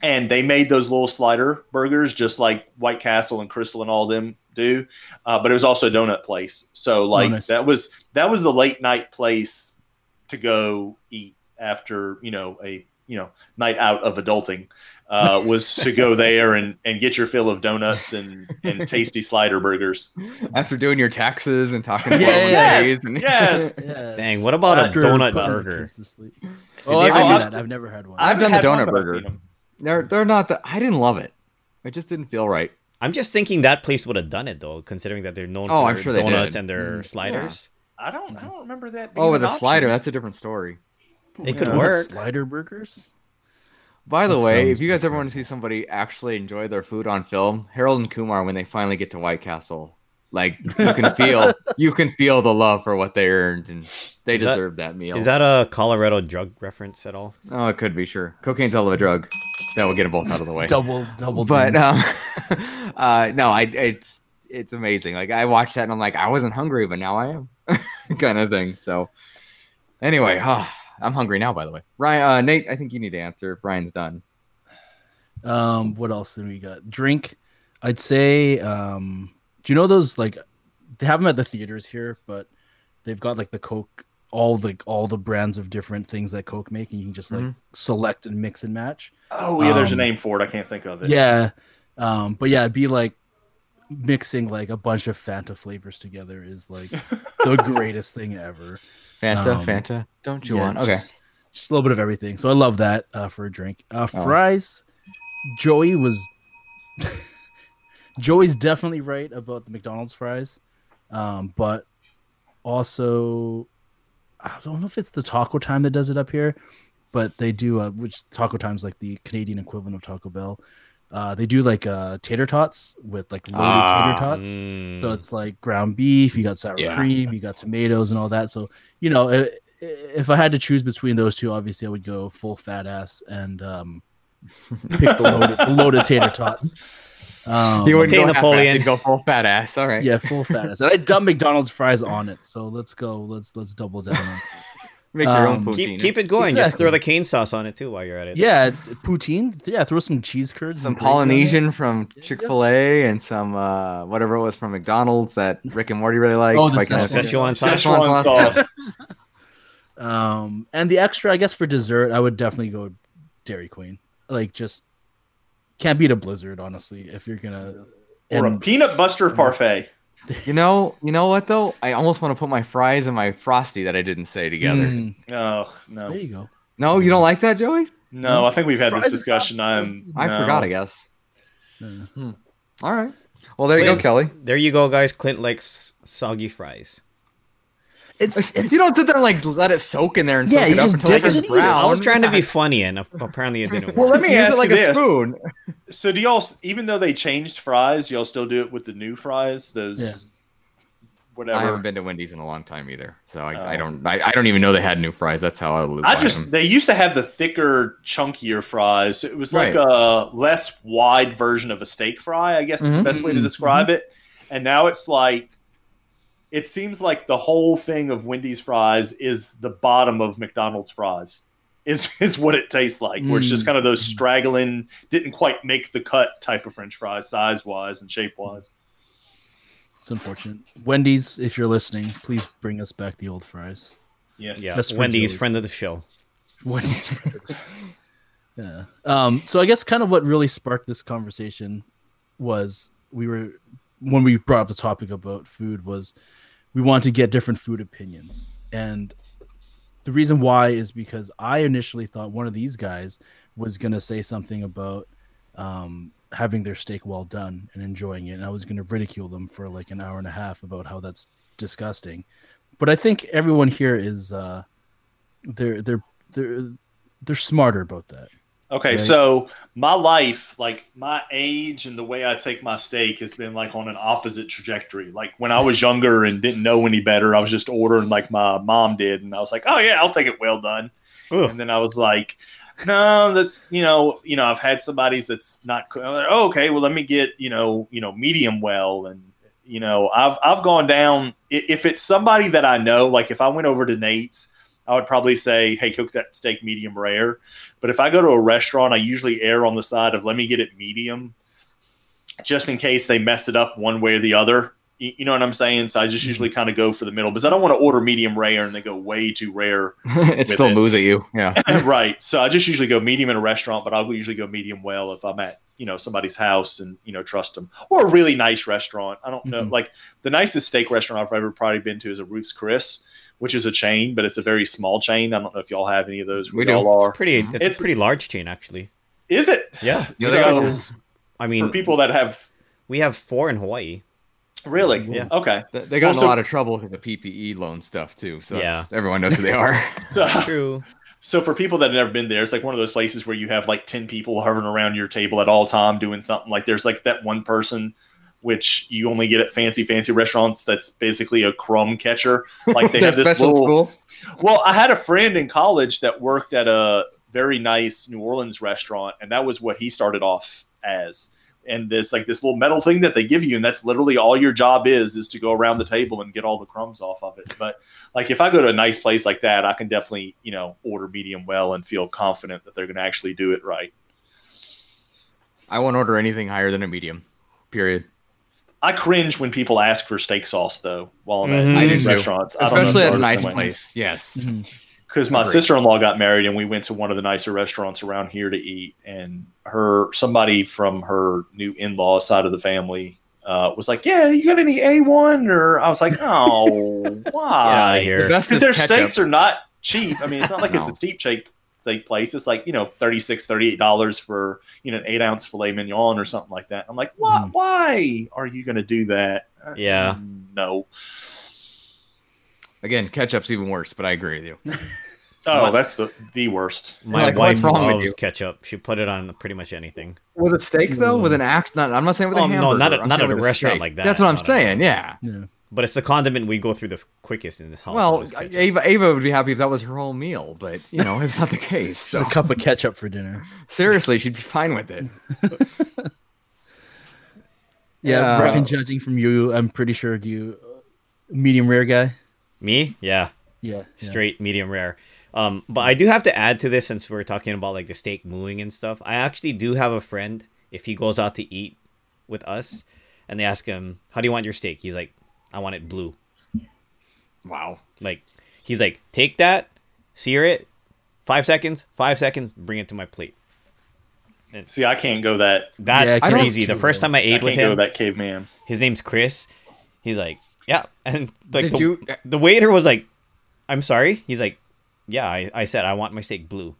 S3: And they made those little slider burgers just like White Castle and Crystal and all them do. Uh, but it was also a donut place. So like
S2: nice.
S3: that was that was the late night place to go eat after, you know, a you know night out of adulting uh, was to go there and, and get your fill of donuts and, and tasty slider burgers.
S4: After doing your taxes and talking to
S2: Yeah,
S4: yeah,
S3: yes,
S4: and
S3: yes.
S2: Yeah.
S1: Dang, what about
S2: After
S1: a donut
S2: putting the
S1: burger?
S2: kids to sleep.
S4: you
S2: Oh, I've,
S4: ever
S2: done
S4: do
S2: that. I've never had one.
S4: I've done the
S3: Had one,
S4: donut
S3: but I've seen
S4: burger.
S3: 'em.
S4: They're they're not. The, I didn't love it. It just didn't feel right.
S1: I'm just thinking that place would have done it though, considering that they're known
S4: Oh,
S1: for
S4: I'm sure they
S1: donuts
S4: did.
S1: and
S3: Mm,
S1: their sliders.
S3: I don't. I don't remember that. Being
S4: Oh, with
S3: an
S4: a
S3: option.
S4: slider, that's a different story.
S1: It could
S3: Yeah.
S1: work.
S2: Slider burgers.
S4: By the
S2: That
S4: way, if
S2: sounds
S4: you guys ever
S2: different.
S4: want to see somebody actually enjoy their food on film, Harold and Kumar when they finally get to White Castle, like you can feel you can feel the love for what they earned and they
S1: Is that-
S4: deserve that, meal.
S1: Is that a Colorado drug reference at all?
S4: oh, it could be sure. Cocaine's hell of a drug. That will get them both out of the way.
S2: Double, double.
S4: but
S2: ding.
S4: um, uh, no, I it's it's amazing. Like I watched that and I'm like, I wasn't hungry, but now I am, kind of thing. So anyway, huh, I'm hungry now. By the way, Ryan, uh, Nate, I think you need to answer. If Ryan's done.
S2: Um, what else do we got? Drink. I'd say. Um, do you know those like? They have them at the theaters here, but they've got like the Coke, all the all the brands of different things that Coke make, and you can just like
S4: Mhm.
S2: select and mix and match.
S3: Oh yeah, there's a
S2: Um,
S3: name for it. I can't think of it.
S2: Yeah. Um, but yeah, it'd be like mixing like a bunch of Fanta flavors together is like the greatest thing ever.
S4: Fanta,
S2: Um,
S4: Fanta, don't you
S2: Yeah,
S4: want? Okay.
S2: Just, just a little bit of everything. So I love that uh, for a drink.
S4: Oh.
S2: Uh, fries. Joey was. Joey's definitely right about the McDonald's fries, um, but also I don't know if it's the Taco Time that does it up here, but they do. Uh, which Taco Time's like the Canadian equivalent of Taco Bell. Uh, they do like uh, tater tots with like loaded
S4: Ah,
S2: tater tots.
S1: Mm.
S2: So it's like ground beef, you got sour
S4: Mm-hmm. Yeah.
S2: cream, you got tomatoes and all that. So, you know, i- i- if I had to choose between those two, obviously I would go full fat ass and um, pick the loaded, the loaded tater tots. Um,
S4: He wouldn't
S1: Okay,
S4: go Napoleon.
S1: Napoleon.
S4: He'd go full fat ass. All right.
S2: yeah, full fat ass. And I dumped McDonald's fries on it. So let's go. Let's let's double down. on
S4: Make your own
S2: Um,
S4: poutine.
S1: keep, keep it going. Just
S2: Exactly.
S1: throw the cane sauce on it too while you're at it.
S2: Yeah, poutine. Yeah, throw some cheese curds.
S4: some
S2: and gravy on it.
S4: Polynesian from
S2: Yeah, yeah.
S4: Chick Fil A and some uh, whatever it was from McDonald's that Rick and Morty really liked.
S2: Oh, the
S4: Like, uh,
S2: Szechuan
S1: Szechuan sauce.
S4: Szechuan
S3: Szechuan
S4: sauce.
S3: sauce.
S2: Um, and the extra, I guess, for dessert, I would definitely go Dairy Queen. Like, just can't beat a Blizzard, honestly. If you're gonna,
S3: or a
S2: and-
S3: peanut buster
S4: Mm-hmm.
S3: parfait.
S4: You know, you know what though? I almost want to put my fries and my frosty that I didn't say together.
S2: Mm,
S3: Oh
S2: there
S3: no,
S2: you go.
S4: No, you don't like that, Joey?
S3: no. I think we've had
S2: Fries
S3: this
S2: is
S3: discussion. I'm.
S4: I
S3: no.
S4: forgot, I guess.
S2: Uh,
S4: All right. Well, there you go,
S1: Wait.
S4: Kelly.
S1: There you go, guys. Clint likes soggy fries.
S2: It's, it's
S4: you don't sit there and like let it soak in there and
S2: Yeah,
S4: soak
S2: you
S4: it up
S2: just
S4: until it
S2: dip it
S4: gets
S2: in it. I
S4: brown.
S1: I was trying to be funny, and apparently it didn't
S4: Well,
S1: work.
S4: let me
S3: Use
S4: ask
S3: it
S4: you
S3: like a
S4: this.
S3: spoon. So do y'all? Even though they changed fries, y'all still do it with the new fries. Those.
S2: Yeah.
S3: Whatever.
S4: I haven't been to Wendy's in a long time either, so I, I
S3: Oh.
S4: don't I, I don't even know they had new fries. That's how I lose.
S3: I just they used to have the thicker, chunkier fries. It was like
S4: Right.
S3: a less wide version of a steak fry, I guess is
S4: Mhm.
S3: the best way to describe it. And now it's like it seems like the whole thing of Wendy's fries is the bottom of McDonald's fries. Is is what it tastes like, where it's just
S2: Mm.
S3: kind of those straggling, didn't quite make the cut type of French fries, size wise and shape wise.
S2: it's unfortunate. Wendy's, if you're listening, please bring us back the old fries.
S3: Yes.
S1: Yeah,
S2: Just for
S1: Wendy's
S2: Julie's.
S1: friend of the show.
S2: Wendy's. yeah. Um. So I guess kind of what really sparked this conversation was we were when we brought up the topic about food was we wanted to get different food opinions and the reason why is because i initially thought one of these guys was going to say something about um, having their steak well done and enjoying it and i was going to ridicule them for like an hour and a half about how that's disgusting but i think everyone here is uh, they're they're they're they're smarter about that
S3: Okay,
S2: Right.
S3: so my life, like my age and the way I take my steak has been like on an opposite trajectory. Like when I was younger and didn't know any better, I was just ordering like my mom did and I was like, "Oh yeah, I'll take it well done."
S1: Ugh.
S3: And then I was like, "No, that's, you know, you know, I've had somebody's that's not coo- I'm like, oh, okay, well let me get, you know, you know, medium well and you know, I've I've gone down i- if it's somebody that I know, like if I went over to Nate's, I would probably say, "Hey, cook that steak medium rare." But if I go to a restaurant, I usually err on the side of let me get it medium, just in case they mess it up one way or the other. You, you know what I'm saying? So I just usually kind of go for the middle because I don't want to order medium rare and they go way too rare.
S4: it still
S3: it.
S4: moves at you. Yeah.
S3: right. So I just usually go medium in a restaurant, but I'll usually go medium well if I'm at you know somebody's house and you know trust them or a really nice restaurant. I don't
S1: Mm-hmm.
S3: know,
S2: Mhm.
S3: like the nicest steak restaurant I've ever probably been to is a Ruth's Chris, which is a chain, but it's a very small chain. I don't know if y'all have any of those.
S4: We
S3: where y'all
S4: do.
S3: Are.
S1: It's pretty. It's,
S3: It's-
S1: a pretty large chain, actually.
S3: Is it
S1: Yeah.
S4: The other guys
S3: So-
S4: is-
S1: I
S3: for
S1: mean,
S3: people that have
S1: we have four in Hawaii.
S3: really?
S1: Yeah.
S3: Okay.
S4: they- they got in
S3: Also-
S4: a lot of trouble with the PPE loan stuff too. So
S1: Yeah.
S4: yeah. everyone knows who they are.
S3: So,
S1: True.
S3: so for people that have never been there, it's like one of those places where you have like ten people hovering around your table at all time doing something. Like there's like that one person, which you only get at fancy fancy restaurants. That's basically a crumb catcher. Like they
S4: Their
S3: have this
S4: special
S3: little.
S4: school.
S3: Well, I had a friend in college that worked at a very nice New Orleans restaurant, and that was what he started off as. And this like this little metal thing that they give you, and that's literally all your job is is to go around the table and get all the crumbs off of it. But like if I go to a nice place like that, I can definitely you know order medium well and feel confident that they're going to actually do it right.
S4: I won't order anything higher than a medium. Period.
S3: I cringe when people ask for steak sauce though while I'm at
S1: Mhm. I
S4: do too.
S3: restaurants,
S4: Especially at a nice place. Yes.
S3: because my
S4: Agreed.
S3: sister in law got married and we went to one of the nicer restaurants around here to eat. And her somebody from her new in law side of the family uh, was like, "Yeah, you got any A one?" Or I was like, "Oh,
S1: Yeah,
S3: why?"
S1: here.
S4: best
S3: Because their steaks are not cheap. I mean, it's not like it's
S4: No.
S3: a steep steak steak place. It's like you know, 36 dollars for you know an eight ounce filet mignon or something like that. I'm like, "Why?
S2: Mm.
S3: Why are you going to do that?" Uh,
S1: Yeah.
S3: No.
S4: Again, ketchup's even worse, but I agree with you.
S3: Oh, that's the the worst.
S1: My
S4: Like,
S1: wife
S4: what's wrong with
S1: loves
S4: you?
S1: ketchup. She put it on pretty much anything.
S4: With a steak though, with an axe, not I'm not saying with a
S1: Oh, no,
S4: hamburger.
S1: not at-
S4: I'm
S1: not
S4: saying
S1: at a
S4: with
S1: restaurant
S4: steak.
S1: like that.
S4: That's what I'm
S1: No, no, no.
S4: saying. Yeah.
S2: Yeah.
S1: But it's the condiment we go through the quickest in this house.
S4: Well, Ava, Ava would be happy if that was her whole meal, but you know it's not the case. So
S2: Just a cup of ketchup for dinner.
S4: seriously, she'd be fine with it.
S2: Yeah,
S4: Yeah.
S2: Brian, judging from you, I'm pretty sure you uh, medium rare guy.
S1: me, yeah.
S2: Yeah,
S1: straight medium rare um but i do have to add to this since we're talking about like the steak mooing and stuff i actually do have a friend if he goes out to eat with us and they ask him how do you want your steak he's like i want it blue
S4: Wow.
S1: like he's like take that sear it five seconds five seconds bring it to my plate
S3: See, I can't go that
S2: Yeah,
S1: that's
S2: I can't
S1: crazy
S2: do
S1: the first
S2: that.
S1: time i
S3: I
S1: ate with
S3: can't go
S1: him
S3: with that caveman.
S1: his name's chris he's like yeah and like
S4: Did
S1: the,
S4: you-
S1: the waiter was like i'm sorry he's like yeah I, I said i want my steak blue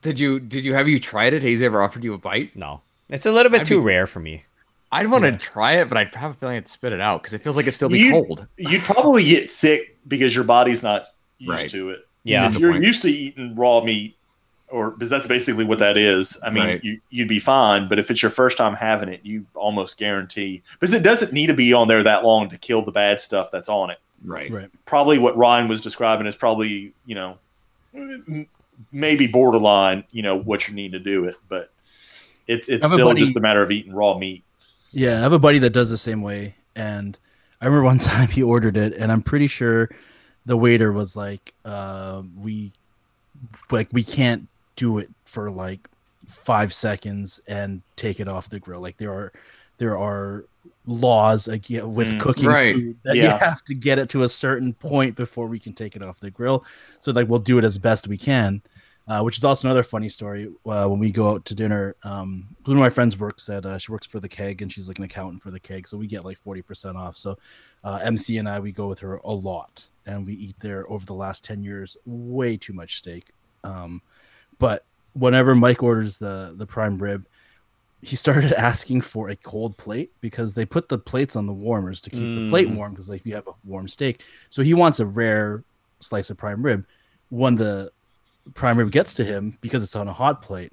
S4: Did you did you have you tried it? Has he ever offered you a bite?
S1: No, it's a little bit
S4: I'd
S1: too
S4: be-
S1: rare for me.
S4: I'd want
S2: Yeah.
S4: to try it, but I'd have a feeling I'd spit it out because it feels like it'd still be
S3: You-
S4: cold.
S3: You'd probably get sick because your body's not used
S4: Right.
S3: to it.
S1: Yeah,
S3: If
S4: That's the
S3: you're
S4: point.
S3: used to eating raw meat, or because that's basically what that is. I mean,
S4: Right.
S3: you, you'd be fine. But if it's your first time having it, you almost guarantee because it doesn't need to be on there that long to kill the bad stuff that's on it.
S4: Right.
S2: Right.
S3: Probably what Ryan was describing is probably you know m- maybe borderline. You know what you need to do it, but it's it's
S2: I have a
S3: still
S2: buddy-
S3: just a matter of eating raw meat.
S2: Yeah, I have a buddy that does the same way, and I remember one time he ordered it, and I'm pretty sure the waiter was like, uh, "We, like, we can't do it for like five seconds and take it off the grill. Like, there are, there are laws like yeah, with
S3: Mm,
S2: cooking
S4: right.
S2: food that you
S3: Yeah.
S2: have to get it to a certain point before we can take it off the grill. So like, we'll do it as best we can." uh, which is also another funny story. Uh, when we go out to dinner, um, 'cause one of my friends works at uh, she works for the keg and she's like an accountant for the keg, so we get like forty percent off. So uh, MC and I we go with her a lot, and we eat there over the last ten years way too much steak. Um, but whenever Mike orders the the prime rib, he started asking for a cold plate because they put the plates on the warmers to keep the plate
S1: Mm.
S2: warm because like you have a warm steak. So he wants a rare slice of prime rib. When the prime rib gets to him because it's on a hot plate,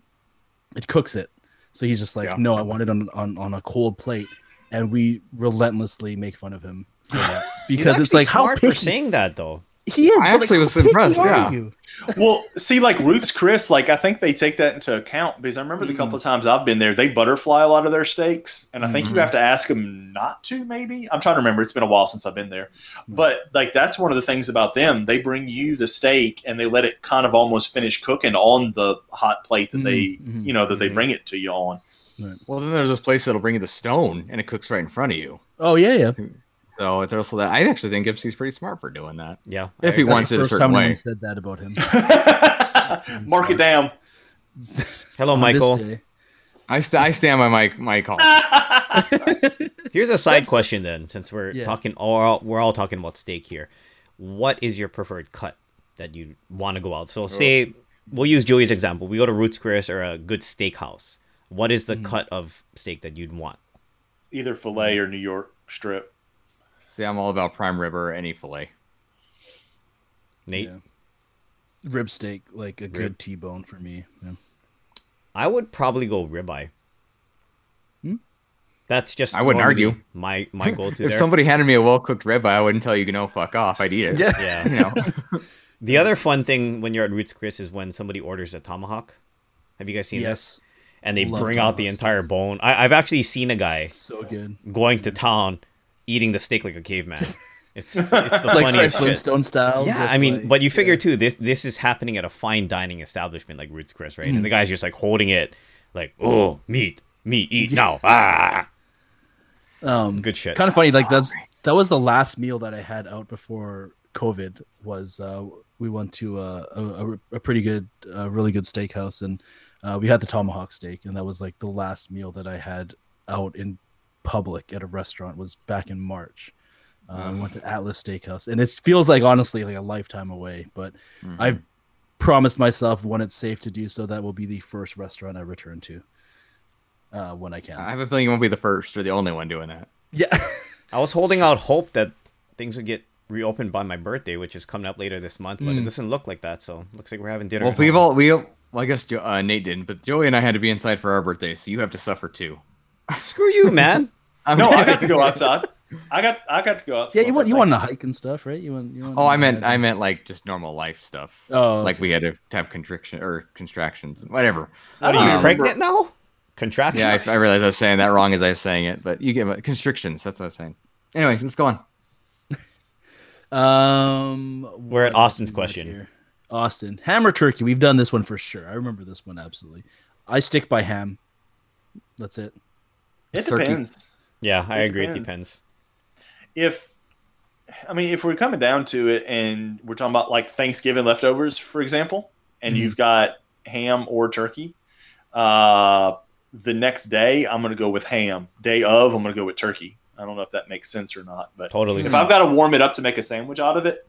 S2: it cooks it. So he's just like,
S4: Yeah.
S2: no, I want it on, on on a cold plate, and we relentlessly make fun of him for that
S1: He's
S2: because it's
S1: actually
S2: like how
S1: smart for
S2: picky
S1: saying that though.
S2: he is. but,
S4: I
S2: like,
S4: actually was
S2: how picky
S4: impressed,
S2: are
S4: yeah.
S2: you?
S3: well, see, like Ruth's Chris, like I think they take that into account because I remember the
S2: Hmm.
S3: couple of times I've been there, they butterfly a lot of their steaks, and I think
S2: Hmm.
S4: Mhm.
S3: you have to ask them not to. Maybe I'm trying to remember; it's been a while since I've been there,
S2: Mm.
S3: but like that's one of the things about them. They bring you the steak and they let it kind of almost finish cooking on the hot plate that they,
S2: Mhm, mhm,
S3: you know, that they
S1: mhm.
S3: bring it to you on.
S4: Well, then there's this place that'll bring you the stone and it cooks right in front of you.
S2: Oh yeah, yeah.
S4: So it's also that I actually think Gipsy's pretty smart for doing that.
S1: Yeah.
S4: If he
S1: I-
S4: wants it a
S2: First
S4: certain
S2: time
S4: way.
S2: anyone said that about him.
S3: Mark it down.
S1: Hello,
S2: On this
S1: Oh, Michael.
S2: day.
S4: I, st- I stand by my my call.
S1: Here's a side question then, since we're
S2: Yeah.
S1: talking all we're all talking about steak here. What is your preferred cut that you want to go out? So say we'll use Joey's example. We go to Roots Chris or a good steakhouse. What is the cut of steak that you'd want?
S3: Either fillet or New York strip.
S4: See, I'm all about prime rib or any fillet.
S1: Nate,
S2: Yeah. Rib steak, like a good T-bone for me. Yeah.
S1: I would probably go ribeye. That's just
S4: I wouldn't
S1: going to be
S4: argue.
S1: my my go to
S4: If
S1: there.
S4: somebody handed me a well cooked ribeye, I wouldn't tell you no fuck off. I'd eat it.
S2: Yeah.
S1: yeah.
S4: You know,
S1: The other fun thing when you're at Roots Chris is when somebody orders a tomahawk. Have you guys seen this?
S2: Yes,
S1: And they
S2: Love
S1: bring out the
S2: tomahawk
S1: entire bone. I, I've actually seen a guy
S2: so good.
S1: going to town eating the steak like a caveman. It's it's the
S2: Like Fred
S1: funniest shit.
S2: Flintstone style.
S1: Yeah,
S2: just
S1: I mean,
S2: like-
S1: but you figure too, this this is happening at a fine dining establishment like Roots Chris, right? And
S2: Mm.
S1: the guy's just like holding it, like, oh, meat, meat, eat now, ah,
S2: um,
S1: good shit.
S2: kind of funny. Like that's that was the last meal that I had out before COVID. Was uh, we went to uh, a, a, a pretty good, uh, really good steakhouse, and uh, we had the tomahawk steak, and that was like the last meal that I had out in public at a restaurant. Was back in March. Uh, I went to Atlas Steakhouse, and it feels like honestly like a lifetime away. But I've promised myself when it's safe to do so, that will be the first restaurant I return to uh, when I can.
S4: I have a feeling you won't be the first or the only one doing that.
S2: yeah.
S1: I was holding out hope that things would get reopened by my birthday, which is coming up later this month,
S2: Mm.
S1: but it doesn't look like that. So looks like we're having dinner.
S4: Well,
S1: at
S4: we've
S1: home.
S4: all we well, I guess Jo- uh, Nate didn't, but Joey and I had to be inside for our birthday, so you have to suffer too.
S1: screw you, man.
S4: I'm
S3: No, I
S4: kidding.
S3: got to go outside. I got I got to go outside.
S2: Yeah, you want you want to hike and stuff, right? You want you want.
S4: Oh, I meant I meant like just normal life stuff.
S2: Oh,
S4: like
S2: okay.
S4: we had to have constriction or contractions, whatever.
S3: I don't
S1: Are you
S3: even
S1: pregnant now? Contractions.
S4: Yeah, I, I realized I was saying that wrong as I was saying it, but you get my- constrictions. That's what I was saying. Anyway, let's go on.
S2: Um,
S1: We're at
S2: what else
S1: Austin's
S2: we got
S1: question.
S2: here? Austin, ham or turkey? We've done this one for sure. I remember this one absolutely. I stick by ham. That's it.
S3: It
S4: Turkey.
S3: depends.
S1: Yeah, I
S3: It
S1: agree. It
S3: depends.
S1: depends.
S3: If I mean, if we're coming down to it, and we're talking about like Thanksgiving leftovers, for example, and you've got ham or turkey, uh, the next day I'm going to go with ham. Day of, I'm going to go with turkey. I don't know if that makes sense or not, but
S1: Totally.
S3: if I've got to warm it up to make a sandwich out of it,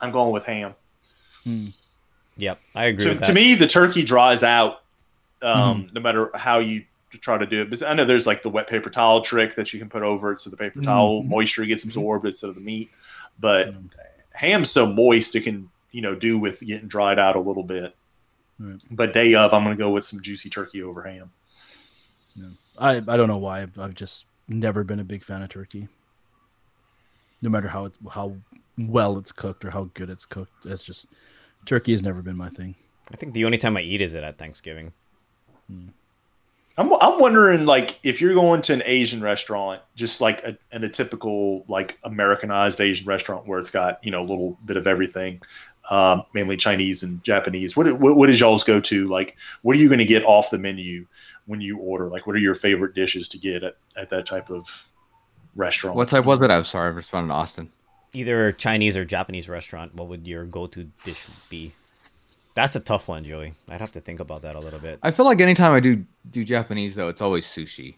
S3: I'm going with ham.
S2: Hmm.
S1: Yep, I agree.
S3: to,
S1: with that.
S3: to me, the turkey dries out um, no matter how you try to do it. Because I know there's like the wet paper towel trick that you can put over it so the paper towel
S2: Mhm.
S3: moisture gets absorbed instead of the meat. But
S2: Mm.
S3: ham's so moist it can you know do with getting dried out a little bit.
S2: Right.
S3: But day of, I'm going to go with some juicy turkey over ham.
S2: I I don't know why. I've, I've just never been a big fan of turkey. No matter how it, how well it's cooked or how good it's cooked, it's just turkey has never been my thing.
S1: I think the only time I eat is it at Thanksgiving.
S3: I'm, I'm wondering like if you're going to an Asian restaurant, just like a, in a typical like Americanized Asian restaurant where it's got you know a little bit of everything, um, mainly Chinese and Japanese. What, what what is y'all's go to? Like, what are you going to get off the menu when you order? Like, what are your favorite dishes to get at, at that type of restaurant?
S4: What type was it? I'm sorry, I responded to Austin.
S1: Either Chinese or Japanese restaurant. What would your go-to dish be? That's a tough one, Joey. I'd have to think about that a little bit.
S4: I feel like anytime I do do Japanese though, it's always sushi.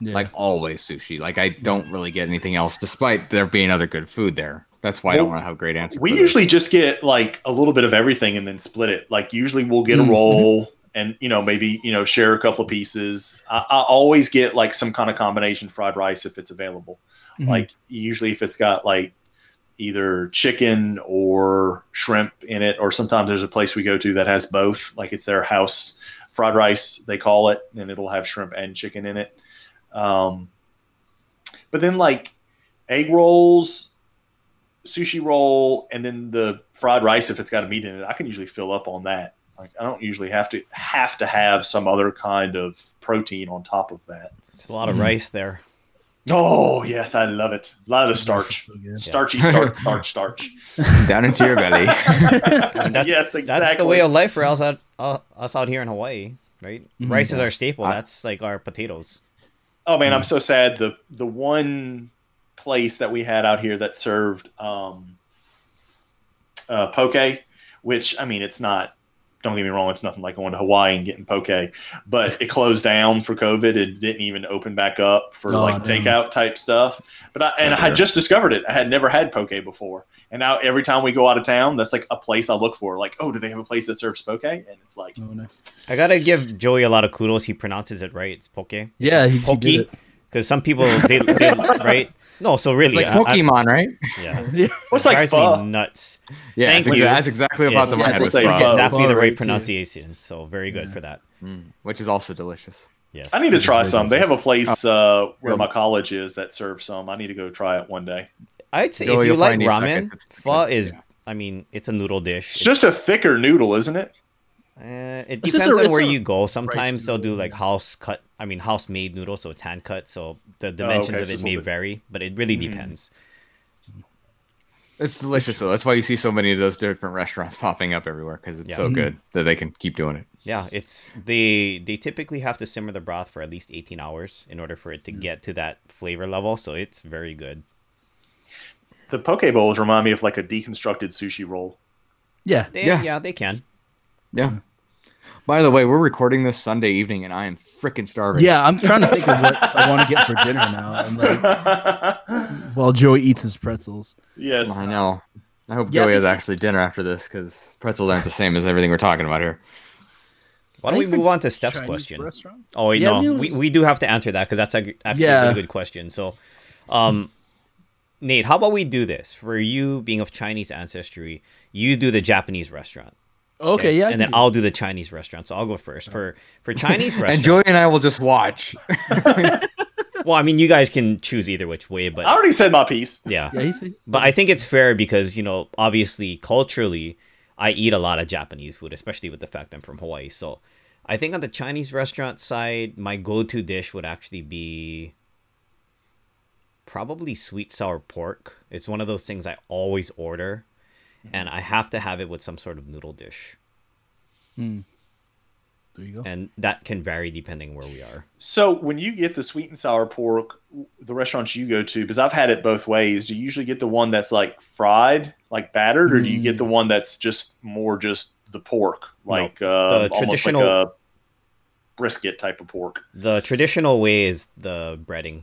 S2: Yeah.
S4: Like always sushi. Like I don't really get anything else, despite there being other good food there. That's why I don't
S3: Well,
S4: want to have a great answer.
S3: we
S4: for this.
S3: usually just get like a little bit of everything and then split it like usually we'll get a
S2: Mhm.
S3: roll and you know maybe you know share a couple of pieces I, I always get like some kind of combination fried rice if it's available
S2: Mhm.
S3: like usually if it's got like either chicken or shrimp in it or sometimes there's a place we go to that has both like it's their house fried rice they call it and it'll have shrimp and chicken in it um, but then like egg rolls sushi roll and then the fried rice if it's got a meat in it i can usually fill up on that like i don't usually have to have to have some other kind of protein on top of that
S1: It's a lot
S3: Mm.
S1: of rice there.
S3: oh yes i love it a lot of starch
S2: So good.
S3: starchy starch starch starch
S4: down into your belly.
S1: that's-
S3: yes exactly
S1: That's the way of life for us out, uh, us out here in Hawaii, right?
S3: Mm-hmm.
S2: Mhm.
S1: Rice is our staple.
S4: I-
S1: That's like our potatoes.
S3: oh man i'm so sad the the one place that we had out here that served um, uh, poke, which I mean, it's not. Don't get me wrong; it's nothing like going to Hawaii and getting poke. But it closed down for COVID. It didn't even open back up for
S2: Oh,
S3: like
S2: damn.
S3: takeout type stuff. But I, and I had just discovered it. I had never had poke before, and now every time we go out of town, that's like a place I look for. Like, oh, do they have a place that serves poke? And it's like,
S2: Oh, nice.
S1: I gotta give Joey a lot of kudos. He pronounces it right. It's poke.
S2: Yeah, he, he did
S1: Pokey.
S2: it.
S1: Because some people they, they right. No, so
S4: It's
S1: really,
S4: like
S1: I- I-
S4: Pokemon, right?
S1: yeah,
S3: what's like
S1: drives
S3: pho?
S1: me nuts.
S4: Yeah,
S1: Thank
S4: that's,
S1: you.
S4: that's exactly what
S1: Yes.
S4: popped in my
S3: Yeah,
S4: head.
S3: we'll
S4: Was
S3: say
S4: pho,
S3: pho.
S1: Exactly
S2: Pho
S1: the
S2: right
S1: right
S2: too.
S1: pronunciation. So very good for that.
S4: mm, which is also delicious.
S1: Yes.
S3: I need to try some. They have a place uh, where
S4: Yeah.
S3: my college is that serves some. I need to go try it one day.
S1: I'd say
S4: Yo,
S1: if you
S4: you'll
S1: like
S4: find these
S1: ramen,
S4: packets, it's
S1: pho
S4: good,
S1: is.
S4: yeah.
S1: I mean, it's a noodle dish.
S3: It's just a thicker noodle, isn't it?
S1: Uh, it
S2: It's just
S1: depends
S2: a-
S1: on
S2: it's
S1: where
S2: a
S1: you go. Sometimes they'll do
S2: noodle,
S1: like
S2: yeah.
S1: house cut. I mean, house made noodles, so it's hand cut. So the dimensions
S3: Oh, okay,
S1: of
S3: so
S1: it
S3: it's a
S1: may
S3: little bit- Mm-hmm.
S1: vary, but it really depends.
S4: It's delicious though. That's why you see so many of those different restaurants popping up everywhere because it's
S1: Yeah.
S4: so good that they can keep doing it.
S1: Yeah, it's they they typically have to simmer the broth for at least eighteen hours in order for it to
S3: Mm.
S1: get to that flavor level. So it's very good.
S3: The poke bowls remind me of like a deconstructed sushi roll.
S2: Yeah.
S1: They, yeah,
S4: Yeah.
S1: they can.
S4: Yeah. By the way, we're recording this Sunday evening, and I am freaking starving.
S2: Yeah, I'm trying to think of what I want to get for dinner now. And like, while Joey eats his pretzels.
S3: yes.
S4: I know. I hope
S2: Yeah,
S4: Joey
S2: I
S4: has actually dinner after this because pretzels aren't the same as everything we're talking about here.
S1: Why don't we
S2: Anything
S1: move on to Steph's
S2: Chinese
S1: question?
S2: Restaurants?
S1: Oh wait,
S2: Yeah,
S1: no,
S2: we'll-
S1: we, we do have to answer that because that's a, g- actually a
S2: Yeah.
S1: really good question. So, um, Nate, how about we do this for you being of Chinese ancestry? You do the Japanese restaurant,
S2: Oh, Okay, yeah. I
S1: and
S2: can
S1: then
S2: do
S1: I'll do the Chinese restaurant. So I'll go first for for Chinese
S4: And
S1: restaurant.
S4: Joey and I will just watch.
S1: well, I mean, you guys can choose either which way,
S3: I
S1: but
S3: already said my piece.
S1: yeah,
S2: that. Yeah, he's, he's-
S1: but I think it's fair because you know, obviously, culturally, I eat a lot of Japanese food, especially with the fact I'm from Hawaii. So, I think on the Chinese restaurant side, my go-to dish would actually be probably sweet sour pork. It's one of those things I always order, and I have to have it with some sort of noodle dish,
S2: hmm. there you go.
S1: and that can vary depending where we are.
S3: So when you get the sweet and sour pork, the restaurants you go to, because I've had it both ways, do you usually get the one that's like fried, like battered, or do you get the one that's just more just the pork, like uh,
S1: the
S3: almost like
S1: traditional-
S3: a brisket type of pork?
S1: The traditional way is the breading.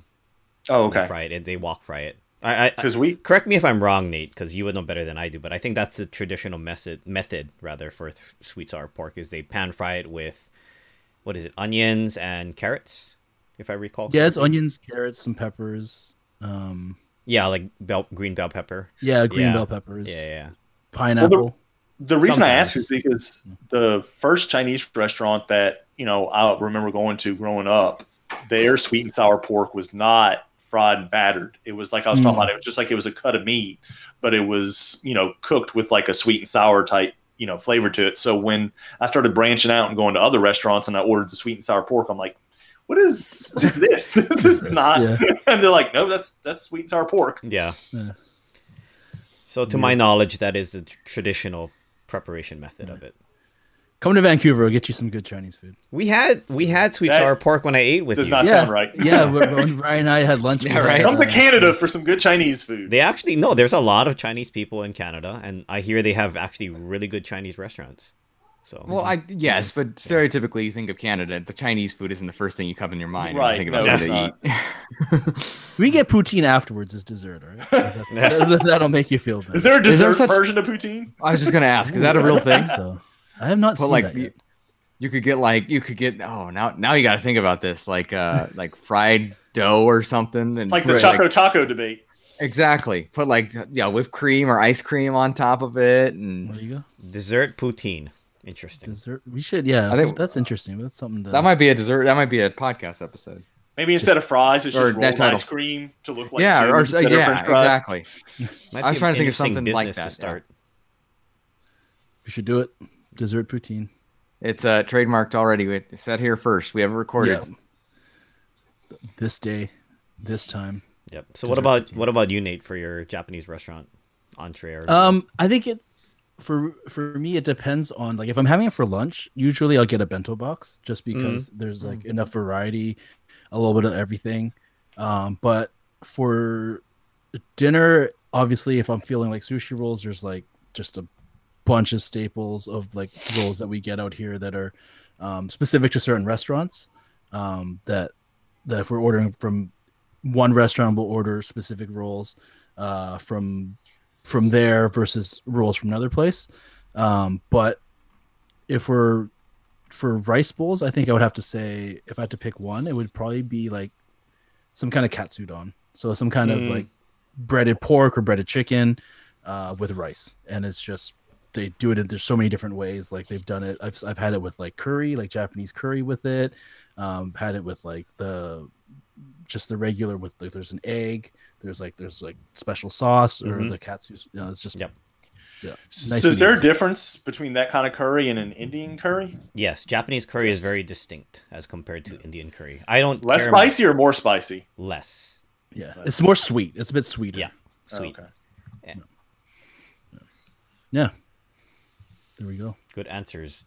S3: Oh,
S1: They
S3: okay.
S1: Fry it. They walk fry it. I, I,
S3: Because we
S1: correct me if I'm wrong, Nate, because you would know better than I do. But I think that's the traditional method method rather for th- sweet sour pork is they pan fry it with what is it, onions and carrots, if I recall.
S2: Yeah, it's
S1: correctly.
S2: onions, carrots, some peppers. Um,
S1: yeah, like bell green bell pepper.
S2: yeah, green
S1: Yeah.
S2: bell peppers,
S1: Yeah, yeah, yeah.
S2: pineapple.
S3: The reason I ask is
S1: Sometimes.
S3: because the first Chinese restaurant that you know I remember going to growing up, their sweet and sour pork was not fried and battered. It was like I was talking
S4: Hmm.
S2: Mm.
S3: about. It was just like it was a cut of meat, but it was you know cooked with like a sweet and sour type you know flavor to it. So when I started branching out and going to other restaurants and I ordered the sweet and sour pork, I'm like, what is, what is this? this is not.
S2: Yeah.
S3: And they're like, no, that's that's sweet and sour pork.
S1: yeah.
S2: Yeah.
S1: So to my knowledge, that is the tr- traditional preparation method of it.
S2: Come to Vancouver, we'll get you some good Chinese food.
S1: We had we had sweet
S3: That
S1: sour pork when I ate with
S3: Does
S1: you.
S3: not
S2: yeah,
S3: sound right.
S2: yeah, when when Ryan and I had lunch.
S4: Yeah,
S2: we had,
S4: right.
S3: Come to
S2: uh,
S3: Canada for some good Chinese food.
S1: They actually no, there's a lot of Chinese people in Canada, and I hear they have actually really good Chinese restaurants. So
S4: Well, I yes, but stereotypically, you think of Canada. The Chinese food isn't the first thing you come in your mind.
S3: Right,
S4: When you
S3: no,
S4: think about
S3: it's
S4: something to eat.
S2: We get poutine afterwards as dessert, all right? That, that'll make you feel better.
S3: Is there a
S4: Is there
S3: dessert
S4: such-
S3: version of poutine?
S4: I was just gonna ask, is that a real thing?
S2: So I have not
S4: But
S2: seen
S4: like,
S2: that.
S4: you,
S2: yet.
S4: you could get like you could get oh now now you got to think about this like uh like fried dough or something and
S3: It's like the
S4: put,
S3: Choco Taco debate.
S4: exactly put like yeah whipped cream or ice cream on top of it and
S2: There you go.
S1: Dessert poutine. Interesting.
S2: Dessert. We should, yeah.
S4: I think-
S2: that's interesting. That's something to.
S4: that might be a dessert that might be a podcast episode
S3: Maybe instead of fries, it's
S4: or
S3: just rolled
S4: that title.
S3: ice cream to look like
S4: yeah
S3: tubes
S4: or, or-
S3: instead of
S4: yeah
S3: French fries.
S4: exactly
S1: Might
S4: I was
S1: be
S4: trying
S1: an
S4: to think of
S1: interesting
S4: something like
S1: business
S4: that,
S1: to
S4: yeah.
S1: start.
S2: we should do it. Dessert poutine.
S4: it's uh trademarked already we said here first we haven't recorded Um,
S2: Yeah. This day, this time.
S1: Yep. So what about what about you, Nate, for your Japanese restaurant entree or
S2: Um, I think it for for me it depends on like if I'm having it for lunch, usually I'll get a bento box just because there's like enough variety, a little bit of everything. Um, but for dinner, obviously, if I'm feeling like sushi rolls, there's like just a bunch of staples of like rolls that we get out here that are um, specific to certain restaurants. Um, that that if we're ordering from one restaurant, we'll order specific rolls uh, from from there versus rolls from another place. Um, but if we're for rice bowls, I think I would have to say if I had to pick one, it would probably be like some kind of katsudon. So some kind of
S3: Mm.
S2: like breaded pork or breaded chicken uh, with rice, and it's just they do it. in There's so many different ways. Like they've done it. I've I've had it with like curry, like Japanese curry with it. Um, had it with like the just the regular with like there's an egg. There's like there's like special sauce or
S1: Mhm.
S2: the katsu. You know, it's just
S1: Yep.
S2: Nice
S3: so
S2: and
S3: is there a
S2: easy.
S3: difference between that kind of curry and an Indian curry?
S1: Yes, Japanese curry is
S2: Yes.
S1: very distinct as compared to Indian curry. I don't
S3: Less
S1: care much-
S3: spicy or more spicy?
S1: Less
S2: yeah. It's more sweet. It's a bit sweeter.
S1: Yeah. sweet.
S3: Oh, okay.
S2: There we go.
S1: Good answers.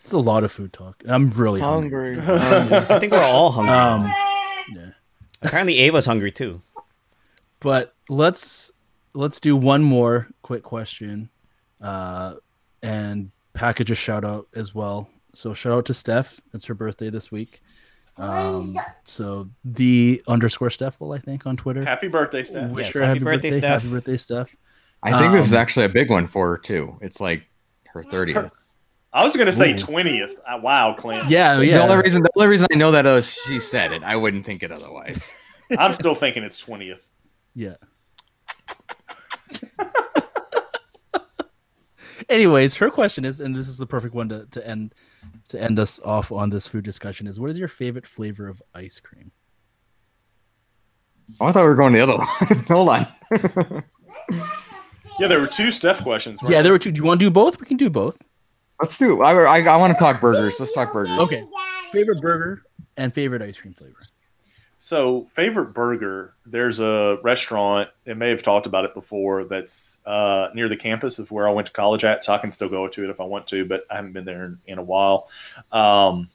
S2: It's a lot of food talk. I'm really hungry.
S4: Hungry.
S1: I think we're all hungry.
S2: Um, yeah.
S1: Apparently, Ava's hungry too.
S2: But let's let's do one more quick question, uh, and package a shout out as well. So shout out to Steph. It's her birthday this week. Um, so the underscore Steffel, I think, on Twitter.
S3: Happy birthday, Steph.
S1: Yes,
S2: Wish her
S1: happy
S2: happy
S1: birthday,
S2: birthday,
S1: Steph.
S2: Happy birthday, Steph.
S4: I think this is
S2: Um,
S4: actually a big one for her too. It's like her 30th.
S3: I was going to say
S2: Ooh.
S3: 20th. Uh, wow, Clint.
S2: Yeah, yeah.
S4: The only reason the only reason I know that is she said it. I wouldn't think it otherwise.
S3: I'm still thinking it's 20th.
S2: Yeah. Anyways, her question is, and this is the perfect one to, to end to end us off on this food discussion is what is your favorite flavor of ice cream?
S4: Oh, I thought we were going the other one. Hold on.
S3: Yeah, there were two Steph questions. weren't
S2: Yeah,
S3: there?
S2: there were two. Do you want to do both? We can do both.
S4: Let's do. I, I, I want to talk burgers. Let's talk burgers.
S2: Okay. Favorite burger and favorite ice cream flavor.
S3: So, favorite burger, there's a restaurant, and may have talked about it before, that's uh, near the campus of where I went to college at. So, I can still go to it if I want to, but I haven't been there in, in a while. Um,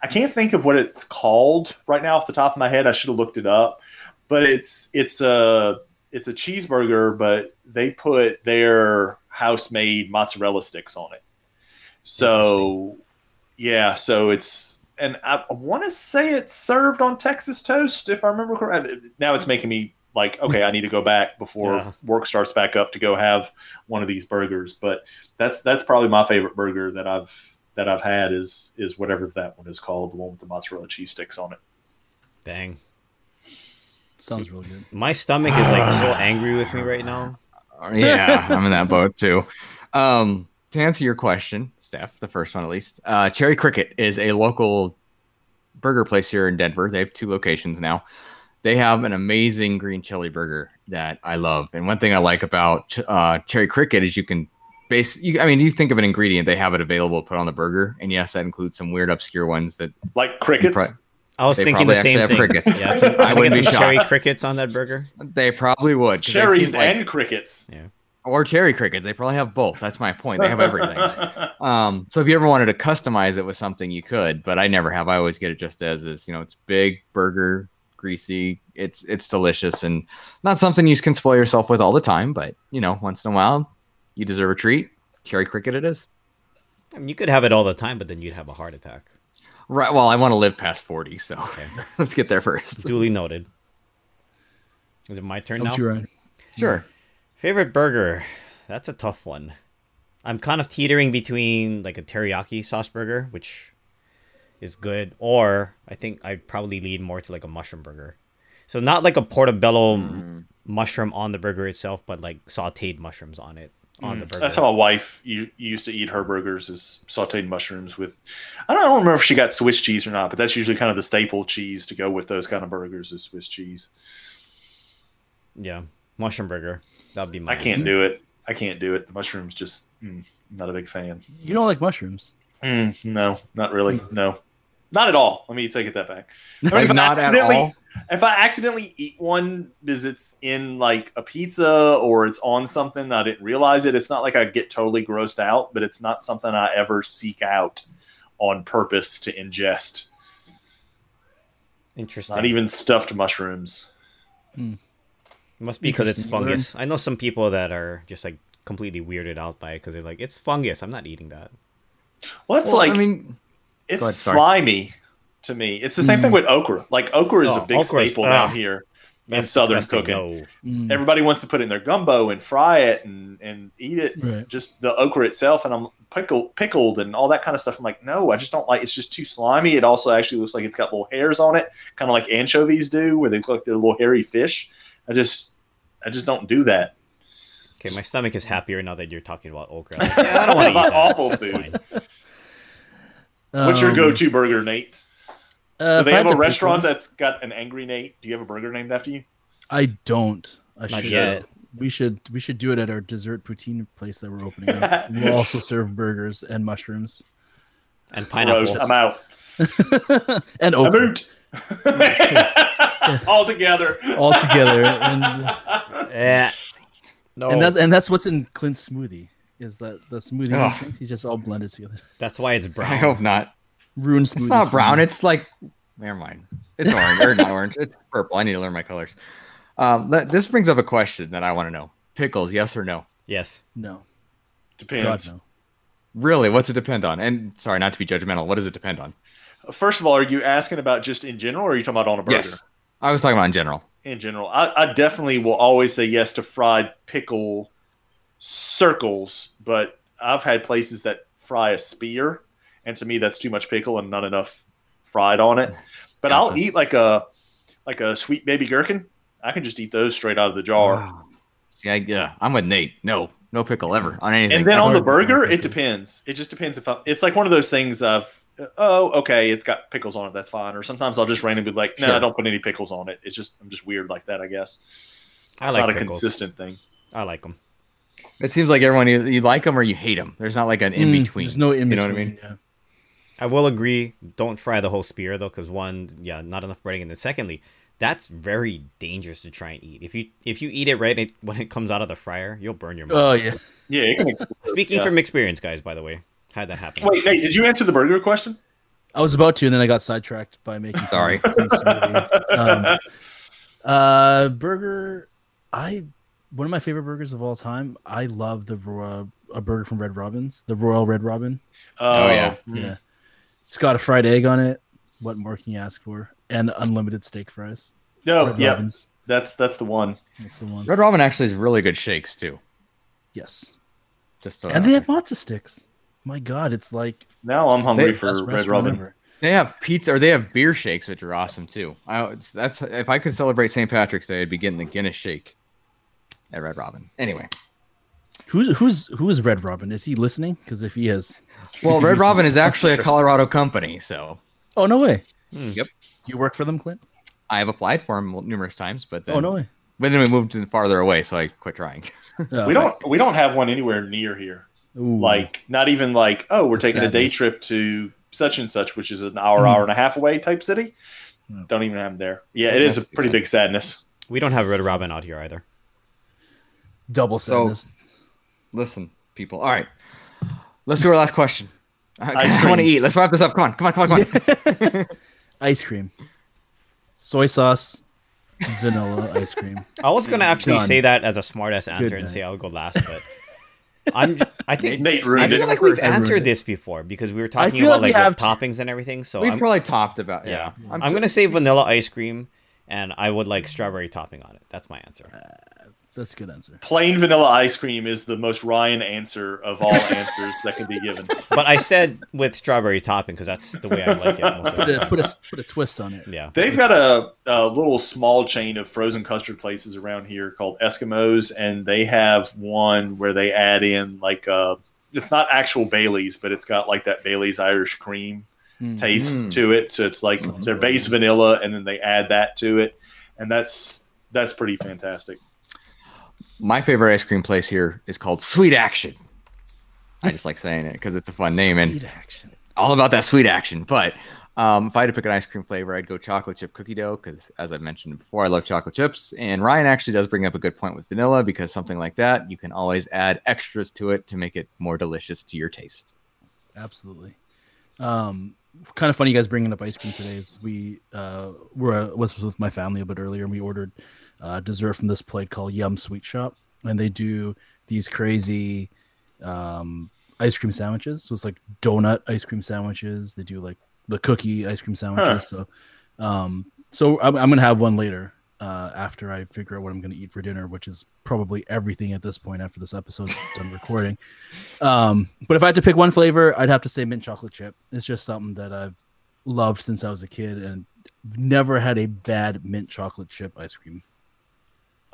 S3: I can't think of what it's called right now off the top of my head. I should have looked it up, but it's it's a it's a cheeseburger, but they put their house made mozzarella sticks on it. So, yeah, so it's and I want to say it's served on Texas toast, if I remember correctly. Now it's making me like, okay, I need to go back before
S1: Yeah.
S3: work starts back up to go have one of these burgers. But that's that's probably my favorite burger that I've that I've had is is whatever that one is called, the one with the mozzarella cheese sticks on it.
S1: Dang,
S2: Sounds real good.
S1: my stomach is like so angry with me right now.
S4: Yeah, I'm in that boat too. Um, to answer your question, Steph, the first one at least, uh, Cherry Cricket is a local burger place here in Denver. They have two locations now. They have an amazing green chili burger that I love. And one thing I like about uh, Cherry Cricket is you can base. You, I mean, you think of an ingredient, they have it available to put on the burger. And yes, that includes some weird, obscure ones that
S3: Like crickets.
S4: Right.
S1: I was
S4: They
S1: thinking the
S4: probably
S1: same thing.
S4: actually have crickets.
S1: Yeah, can,
S4: I
S1: can we
S4: wouldn't
S1: get
S4: be
S1: some
S4: shocked.
S1: cherry crickets on that burger?
S4: they probably would. 'cause they've
S3: Cherries
S4: seemed like-
S3: and crickets.
S4: or cherry crickets. They probably have both. That's my point. They have everything. Um, so if you ever wanted to customize it with something, you could, but I never have. I always get it just as is. You know, it's big burger, greasy. It's it's delicious and not something you can spoil yourself with all the time, but you know, once in a while, you deserve a treat. Cherry cricket, it is.
S1: I mean, you could have it all the time, but then you'd have a heart attack.
S4: Right. Well, I want to live past forty, so
S1: Okay.
S4: let's get there first.
S1: Duly noted. Is it my turn
S2: How
S1: now?
S2: about you, Ryan?
S4: Sure.
S1: Favorite burger? That's a tough one. I'm kind of teetering between like a teriyaki sauce burger, which is good, or I think I'd probably lean more to like a mushroom burger. So not like a portobello m-
S3: Mm.
S1: mushroom on the burger itself, but like sautéed mushrooms on it on the burger.
S3: Mm. That's how my wife u- used to eat her burgers is sauteed mushrooms with. I don't, I don't remember if she got Swiss cheese or not, but that's usually kind of the staple cheese to go with those kind of burgers is Swiss cheese.
S1: yeah, mushroom burger. That'd be my.
S3: I
S4: Mm.
S3: can't do it. I can't do it. The mushrooms just mm, not a big fan.
S2: You don't like mushrooms.
S3: Mm, no, not really.
S4: Mm.
S3: No, not at all. Let me take it that back. I mean,
S4: Like
S3: if I
S4: not at
S3: accidentally-
S4: all.
S3: If I accidentally eat one because it's in like a pizza or it's on something I didn't realize it, it's not like I get totally grossed out, but it's not something I ever seek out on purpose to ingest.
S1: Interesting.
S3: Not even stuffed mushrooms.
S1: It must be because it's
S2: Interesting. You learn.
S1: fungus. I know some people that are just like completely weirded out by it because they're like, it's fungus. I'm not eating that.
S3: Well, it's
S4: Well,
S3: like
S4: I mean,
S3: it's
S4: Go ahead, sorry.
S3: slimy to me. It's the same thing with okra. Like okra is
S1: Oh,
S3: a big
S1: okra's-
S3: staple
S1: ah.
S3: down here in
S1: That's
S3: southern
S1: disgusting.
S3: cooking.
S1: No.
S2: Mm,
S3: Everybody wants to put it in their gumbo and fry it and, and eat it.
S2: right.
S3: Just the okra itself, and I'm pickle, pickled and all that kind of stuff. I'm like, no, I just don't like. It's just too slimy. It also actually looks like it's got little hairs on it, kind of like anchovies do, where they look like they're little hairy fish. I just, I just don't do that.
S1: Okay, my stomach is happier now that you're talking about okra. Like, yeah, I don't want to eat that.
S3: Awful
S1: That's
S3: food.
S1: fine.
S3: What's your
S2: Um,
S3: go-to burger, Nate?
S2: uh,
S3: Do
S2: if
S3: they
S2: I
S3: have
S2: had
S3: a
S2: to pick
S3: restaurant
S2: one-
S3: that's got an angry Nate? Do you have a burger named after you?
S2: I don't. I
S1: Not
S2: should.
S1: yet.
S2: We should. We should do it at our dessert poutine place that we're opening up. we'll also serve burgers and mushrooms
S1: And
S3: Gross,
S1: pineapple.
S3: I'm out.
S2: and
S3: I'm
S2: okra
S3: out. All together.
S2: all together. And
S1: Eh.
S4: Oh.
S1: No.
S2: and that's
S1: that's,
S2: and that's what's in Clint's smoothie. Is that the smoothie
S4: Ugh.
S2: he drinks? He's just all blended together.
S1: why it's brown.
S4: I hope not.
S2: Ruined smoothie.
S4: It's not brown. It's like, never mind. It's orange or not orange. It's purple. I need to learn my colors. Um, th- this brings up a question that I want to know: pickles, yes or no?
S1: Yes.
S2: no. God
S3: Depends.
S2: no.
S4: Really, what's it depend on? And sorry, not to be judgmental. What does it depend on?
S3: First of all, are you asking about just in general, or are you talking about on a burger?
S4: I was talking about in general.
S3: In general, I, I definitely will always say yes to fried pickle circles, but I've had places that fry a spear, and to me, that's too much pickle and not enough fried on it. But I'll
S4: Gotcha.
S3: eat like a like a sweet baby gherkin. I can just eat those straight out of the jar.
S4: See, I, yeah, I'm with Nate. No, no pickle ever on anything.
S3: and then on the
S2: Hard to
S3: burger, it
S2: pickles.
S3: depends. It just depends if I'm. It's like one of those things of, oh, okay, it's got pickles on it. That's fine. Or sometimes I'll just randomly be like, no,
S4: Sure.
S3: I don't put any pickles on it. It's just I'm just weird like that, I guess.
S1: I
S3: it's
S1: like
S3: not a
S1: pickles.
S3: consistent thing.
S1: I like them.
S4: it seems like everyone either you like them or you hate them. There's not like an in
S2: Mm,
S4: between.
S2: There's no in between.
S4: know what I mean?
S2: Yeah.
S1: I will agree. Don't fry the whole spear though, because one, yeah, not enough breading, and then secondly, that's very dangerous to try and eat. If you if you eat it right it, when it comes out of the fryer, you'll burn your mouth.
S2: Oh yeah.
S3: Yeah. It can
S1: Speaking
S3: Uh, yeah.
S1: from experience, guys, by the way, had that happen.
S3: Wait, Nate, did you answer the burger question?
S2: I was about to, and then I got sidetracked by making some
S4: Sorry.
S2: Clint's smoothie. Um, uh, burger. I one of my favorite burgers of all time. I love the ro- a burger from Red Robin's, the Royal Red Robin.
S4: Oh, yeah.
S3: mm.
S2: Yeah, it's got a fried egg on it. What more can you ask for? And unlimited steak fries.
S3: No,
S2: Red
S3: Oh, yeah,
S2: Robin's.
S3: that's that's the one.
S2: That's the one.
S4: Red Robin actually has really good shakes too.
S2: Yes,
S4: Just
S3: Uh,
S4: so
S2: and they have matzo sticks. My God, it's like
S3: Now I'm hungry
S4: They-
S3: for
S2: best
S3: Red
S2: restaurant
S3: Robin.
S2: ever.
S4: They have pizza or they have beer shakes, which are awesome too. I, it's- that's if I could celebrate St. Patrick's Day, I'd be getting the Guinness shake at Red Robin. Anyway,
S2: Who's who's who is Red Robin? Is he listening? Because if he is,
S4: well, Red Robin is actually a Colorado company, so
S2: oh no way.
S1: Hmm.
S4: Yep.
S2: You work for them, Clint?
S4: I have applied for them numerous times, but then
S2: Oh no way.
S4: but then we moved to farther away, so I quit trying.
S2: Oh,
S3: We don't we don't have one anywhere near here.
S2: Ooh.
S3: like not even like oh we're
S2: Hmm. The
S3: taking a day
S2: sadness.
S3: trip to such and such which is an hour
S2: Hmm.
S3: hour and a half away type city
S2: Yeah.
S3: don't even have them there yeah it is a
S4: That's
S3: pretty
S4: bad.
S3: big sadness
S1: We don't have Red Robin out here either.
S2: double
S4: So-
S2: sadness.
S4: Listen, people. All right, let's do our last question. I
S3: cream.
S4: want to eat. Let's wrap this up. Come on, come on, come on, come on.
S2: ice cream, soy sauce, vanilla ice cream.
S1: I was gonna actually
S2: Done.
S1: say that as a smartass answer and
S2: night.
S1: say I'll go last, but I'm. j- I think
S3: nate
S1: I
S3: ruined
S1: feel
S3: it
S1: like we've
S2: I ruined
S1: answered
S2: it.
S1: this before because we were talking
S2: feel
S1: about
S2: like
S1: like
S2: we
S1: what
S2: have
S1: toppings and everything. So
S4: We've
S1: I'm,
S4: probably talked about
S1: yeah,
S4: yeah.
S1: I'm, gonna say vanilla ice cream, and I would like strawberry topping on it. That's my answer.
S2: That's a good answer.
S3: plain vanilla ice cream is the most ryan answer of all answers that can be given
S1: but I said with strawberry topping because that's the way I like it. Most of
S2: Put
S1: the
S2: a
S1: time.
S2: put a put a twist on it.
S1: Yeah.
S3: they've got a, a little small chain of frozen custard places around here called eskimos and they have one where they add in like uh it's not actual baileys but it's got like that baileys irish cream
S2: Mm.
S3: taste
S4: Mm.
S3: to it. So it's like
S2: Sounds
S3: their
S2: really
S3: base vanilla, and then they add that to it, and that's that's pretty fantastic.
S4: My favorite ice cream place here is called Sweet Action. I just like saying it because it's a fun name and
S2: Sweet action.
S4: all about that sweet action. But um, if I had to pick an ice cream flavor, I'd go chocolate chip cookie dough because, as I mentioned before, I love chocolate chips. And Ryan actually does bring up a good point with vanilla because something like that, you can always add extras to it to make it more delicious to your taste.
S2: Absolutely. Um, kind uh, of funny you guys bringing up ice cream today. Is we uh were was with my family a bit earlier, and we ordered uh, dessert from this plate called Yum Sweet Shop, and they do these crazy um, ice cream sandwiches. So it's like donut ice cream sandwiches. They do like the cookie ice cream sandwiches. So, um, so I'm, I'm gonna have one later uh, after I figure out what I'm gonna eat for dinner, which is probably everything at this point after this episode's done recording. Um, but if I had to pick one flavor, I'd have to say mint chocolate chip. It's just something that I've loved since I was a kid and never had a bad mint chocolate chip ice cream.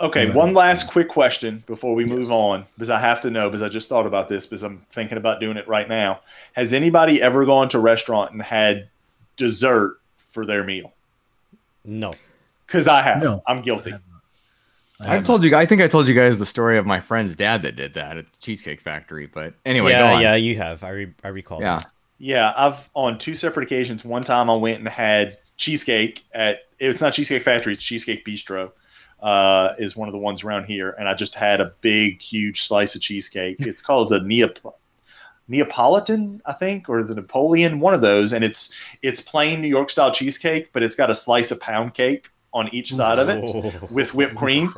S3: Okay,
S2: Yeah.
S3: one last quick question before we move
S2: Yes.
S3: on, because I have to know, because I just thought about this, because I'm thinking about doing it right now. Has anybody ever gone to a restaurant and had dessert for their meal?
S1: No.
S3: Because I have.
S2: No.
S3: I'm guilty.
S2: I
S3: Um,
S4: I've told you. I think I told you guys the story of my friend's dad that did that at the Cheesecake Factory. But anyway, go
S1: yeah,
S4: on.
S1: yeah, you have. I re- I recall.
S4: yeah.
S3: Yeah, I've on two separate occasions. One time I went and had cheesecake at it's not Cheesecake Factory, it's Cheesecake Bistro. Uh, is one of the ones around here, and I just had a big, huge slice of cheesecake. It's called the Neap- Neapolitan, I think, or the Napoleon, one of those, and it's it's plain New York style cheesecake, but it's got a slice of pound cake on each side of it
S1: Oh,
S3: with whipped cream.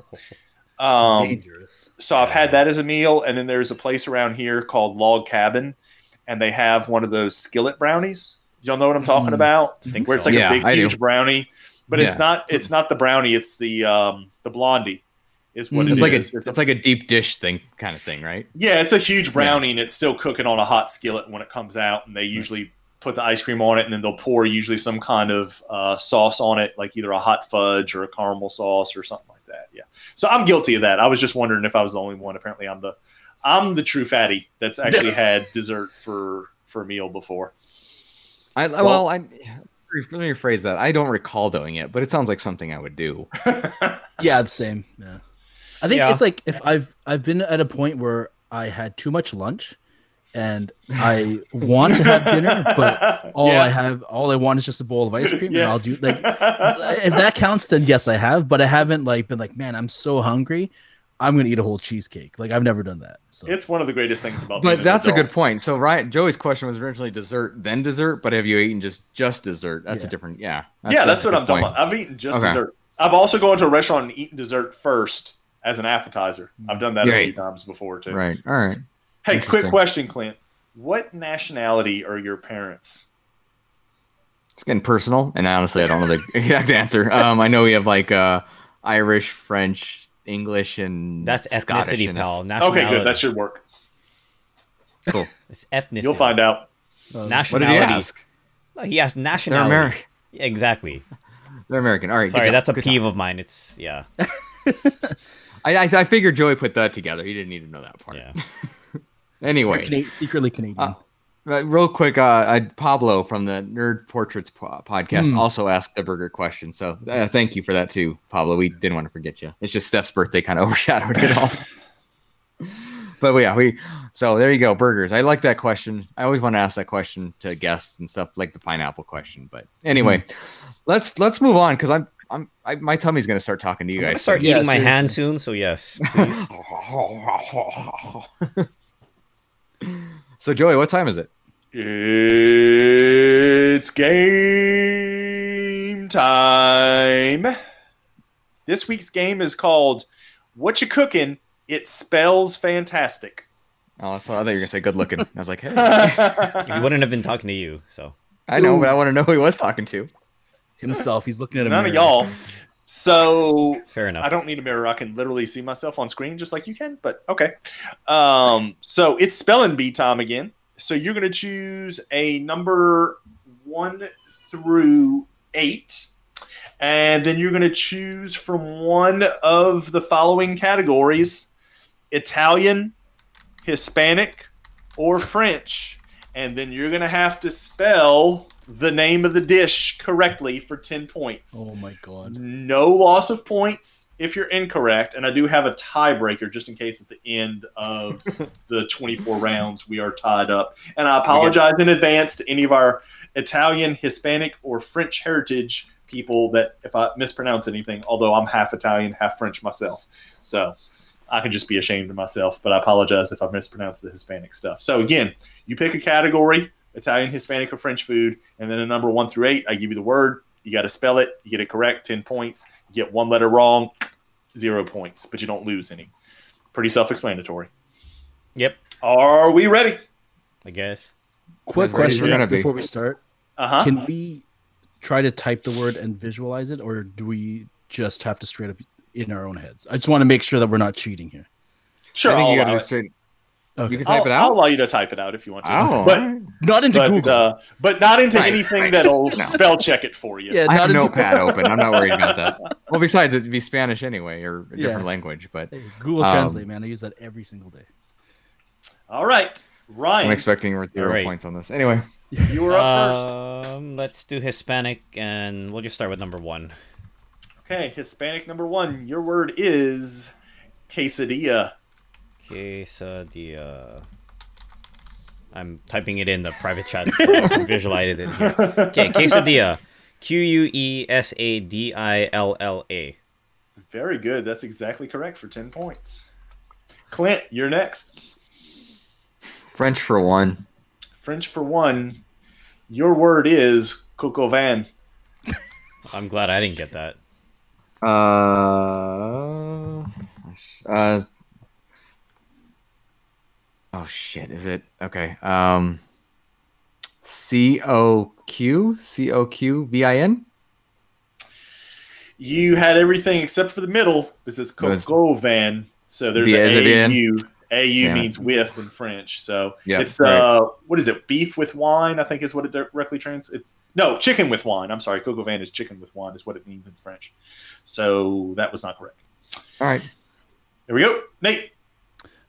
S3: Um,
S2: dangerous.
S3: so I've had that as a meal, and then there's a place around here called Log Cabin, and they have one of those skillet brownies. Y'all know what I'm talking
S2: Mm.
S3: about?
S1: I think
S3: Where it's
S1: so.
S3: like
S4: Yeah,
S3: a big,
S4: I do.
S3: huge brownie, but it's
S4: Yeah.
S3: not. It's not the brownie. It's the um, the blondie. Is what
S2: Mm.
S3: it
S4: It's like a
S3: is.
S4: it's like a deep dish thing kind of thing, right?
S3: yeah, it's a huge brownie, and it's still cooking on a hot skillet when it comes out. And they usually put the ice cream on it, and then they'll pour usually some kind of uh, sauce on it, like either a hot fudge or a caramel sauce or something like that. Yeah. So I'm guilty of that. I was just wondering if I was the only one. Apparently, I'm the I'm the true fatty that's actually had dessert for for a meal before.
S4: I well, well I let me rephrase that. I don't recall doing it, but it sounds like something I would do.
S2: Yeah, the same. Yeah. I think
S1: Yeah.
S2: it's like if I've I've been at a point where I had too much lunch and I want to have dinner, but all I have all I want is just a bowl of ice cream and I'll do like if that counts then yes I have, but I haven't like been like, man, I'm so hungry. I'm gonna eat a whole cheesecake. Like I've never done that. So
S3: it's one of the greatest things about. being
S4: But
S3: an
S4: that's a
S3: adult.
S4: good point. So Ryan, Joey's question was originally dessert, then dessert. But have you eaten just just dessert? That's
S2: Yeah.
S4: a different. Yeah.
S3: yeah,
S4: a-
S3: that's
S4: a
S3: what
S4: good
S3: I'm talking
S4: point.
S3: about. I've eaten just
S4: Okay.
S3: dessert. I've also gone to a restaurant and eaten dessert first as an appetizer. I've done that a few
S4: Right.
S3: times before too.
S4: Right. All right.
S3: Hey, quick
S4: Interesting.
S3: question, Clint. What nationality are your parents?
S4: It's getting personal, and honestly, I don't know the exact answer. Um, I know we have like uh, Irish, French, English, and
S1: That's
S4: Scottish
S1: ethnicity,
S4: in us.
S1: pal.
S3: Okay,
S1: Nationality.
S3: good. That should work.
S4: Cool.
S1: It's ethnicity.
S3: You'll find out.
S2: uh,
S4: What did he
S1: Nationality.
S4: ask?
S1: No, he asked
S4: They're
S1: nationality.
S4: American.
S1: Exactly.
S4: They're American. All right. good
S1: Sorry,
S4: job,
S1: that's a
S4: good
S1: peeve of mine. It's yeah,
S4: job. I, I I figured Joey put that together. He didn't need to know that part.
S1: yeah.
S4: Anyway,
S2: Cana- secretly Canadian.
S4: Uh, Uh, Real quick, uh, uh, Pablo from the Nerd Portraits po- podcast
S2: Hmm.
S4: also asked the burger question. So uh, thank you for that too, Pablo. We didn't want to forget you. It's just Steph's birthday kind of overshadowed it all. but yeah, we. So there you go, burgers. I like that question. I always want to ask that question to guests and stuff, like the pineapple question. But anyway,
S1: Hmm.
S4: let's let's move on because I'm I'm I, my tummy's gonna start talking to you
S1: I'm gonna
S4: guys.
S1: start
S2: Yeah,
S1: eating my hand soon, so yes. please.
S4: so Joey, what time is it?
S3: It's game time. This week's game is called What You Cooking? It Spells Fantastic.
S4: Oh, so I thought you were gonna say good looking. I was like, hey.
S1: he
S3: None
S1: wouldn't have been talking to you, so
S4: I know, but I want to know who he was talking to.
S2: Himself, he's looking at a
S3: of
S2: mirror.
S3: y'all. So
S1: fair
S3: I
S1: enough.
S3: don't need a mirror. I can literally see myself on screen just like you can, but okay. Um, so it's spelling bee time again. So you're going to choose a number one through eight. And then you're going to choose from one of the following categories Italian, Hispanic, or French. And then you're going to have to spell the name of the dish correctly for 10 points.
S2: Oh my god.
S3: No loss of points if you're incorrect, and I do have a tiebreaker just in case at the end of the 24 rounds we are tied up. And I apologize in advance to any of our Italian, Hispanic, or French heritage people that if I mispronounce anything, although I'm half Italian, half French myself. So I can just be ashamed of myself, but I apologize if I mispronounce the Hispanic stuff. So again, you pick a category Italian, Hispanic, or French food, and then a number one through eight. I give you the word. You got to spell it. You get it correct, 10 points. You get one letter wrong, zero points, but you don't lose any. Pretty self-explanatory.
S1: Yep.
S3: Are we ready?
S1: I guess.
S2: Quick
S4: That's where you're
S2: question
S4: gonna be.
S2: before we start:
S3: Uh huh.
S2: Can we try to type the word and visualize it, or do we just have to straight up in our own heads? I just want to make sure that we're not cheating here.
S3: Sure.
S4: I think
S3: I'll
S4: you
S3: allow
S4: gotta
S3: it.
S4: just straight.
S2: Okay.
S4: You can type
S3: I'll-
S4: it
S3: I'll
S4: out.
S3: allow you to type it out if you want to.
S4: Oh,
S3: But
S4: alright.
S2: Not into
S3: but
S2: Google.
S3: uh, but not into
S4: Right,
S3: anything
S4: right.
S3: that'll
S4: No.
S3: spell check it for you.
S2: yeah,
S4: I
S2: not
S4: have
S2: into-
S4: Notepad open. I'm not worried about that. Well, besides, it'd be Spanish anyway, or a
S2: Yeah.
S4: different language. But
S2: Hey, Google
S4: Um,
S2: Translate, man. I use that every single day.
S3: All right,
S4: I'm
S3: Ryan,
S4: expecting we're zero
S1: Alright.
S4: points on this. Anyway,
S3: you were up first.
S1: Um, let's do Hispanic, and we'll just start with number one.
S3: Okay, Hispanic number one. Your word is quesadilla.
S1: Quesadilla. uh, I'm typing it in the private chat. So I can visualize it in here. Okay, quesadilla. Q U E S A D I L L A.
S3: Very good. That's exactly correct for ten points. Clint, you're next.
S4: French for one.
S3: French for one. Your word is cocovan.
S1: I'm glad I didn't get that.
S4: Uh, uh, oh shit! Is it okay? Um, C O Q C O Q B I N.
S3: You had everything except for the middle because it's
S4: That's-
S3: cocovan. So there's
S4: Yeah, is it
S3: a
S4: in?
S3: AU. AU
S4: Damn it.
S3: means with in French. So
S4: Yeah,
S3: it's uh what is it? Beef with wine, I think is what it directly trans it's no, chicken with wine. I'm sorry, cocovan is chicken with wine is what it means in French. So that was not correct.
S4: All right.
S3: There we go. Nate,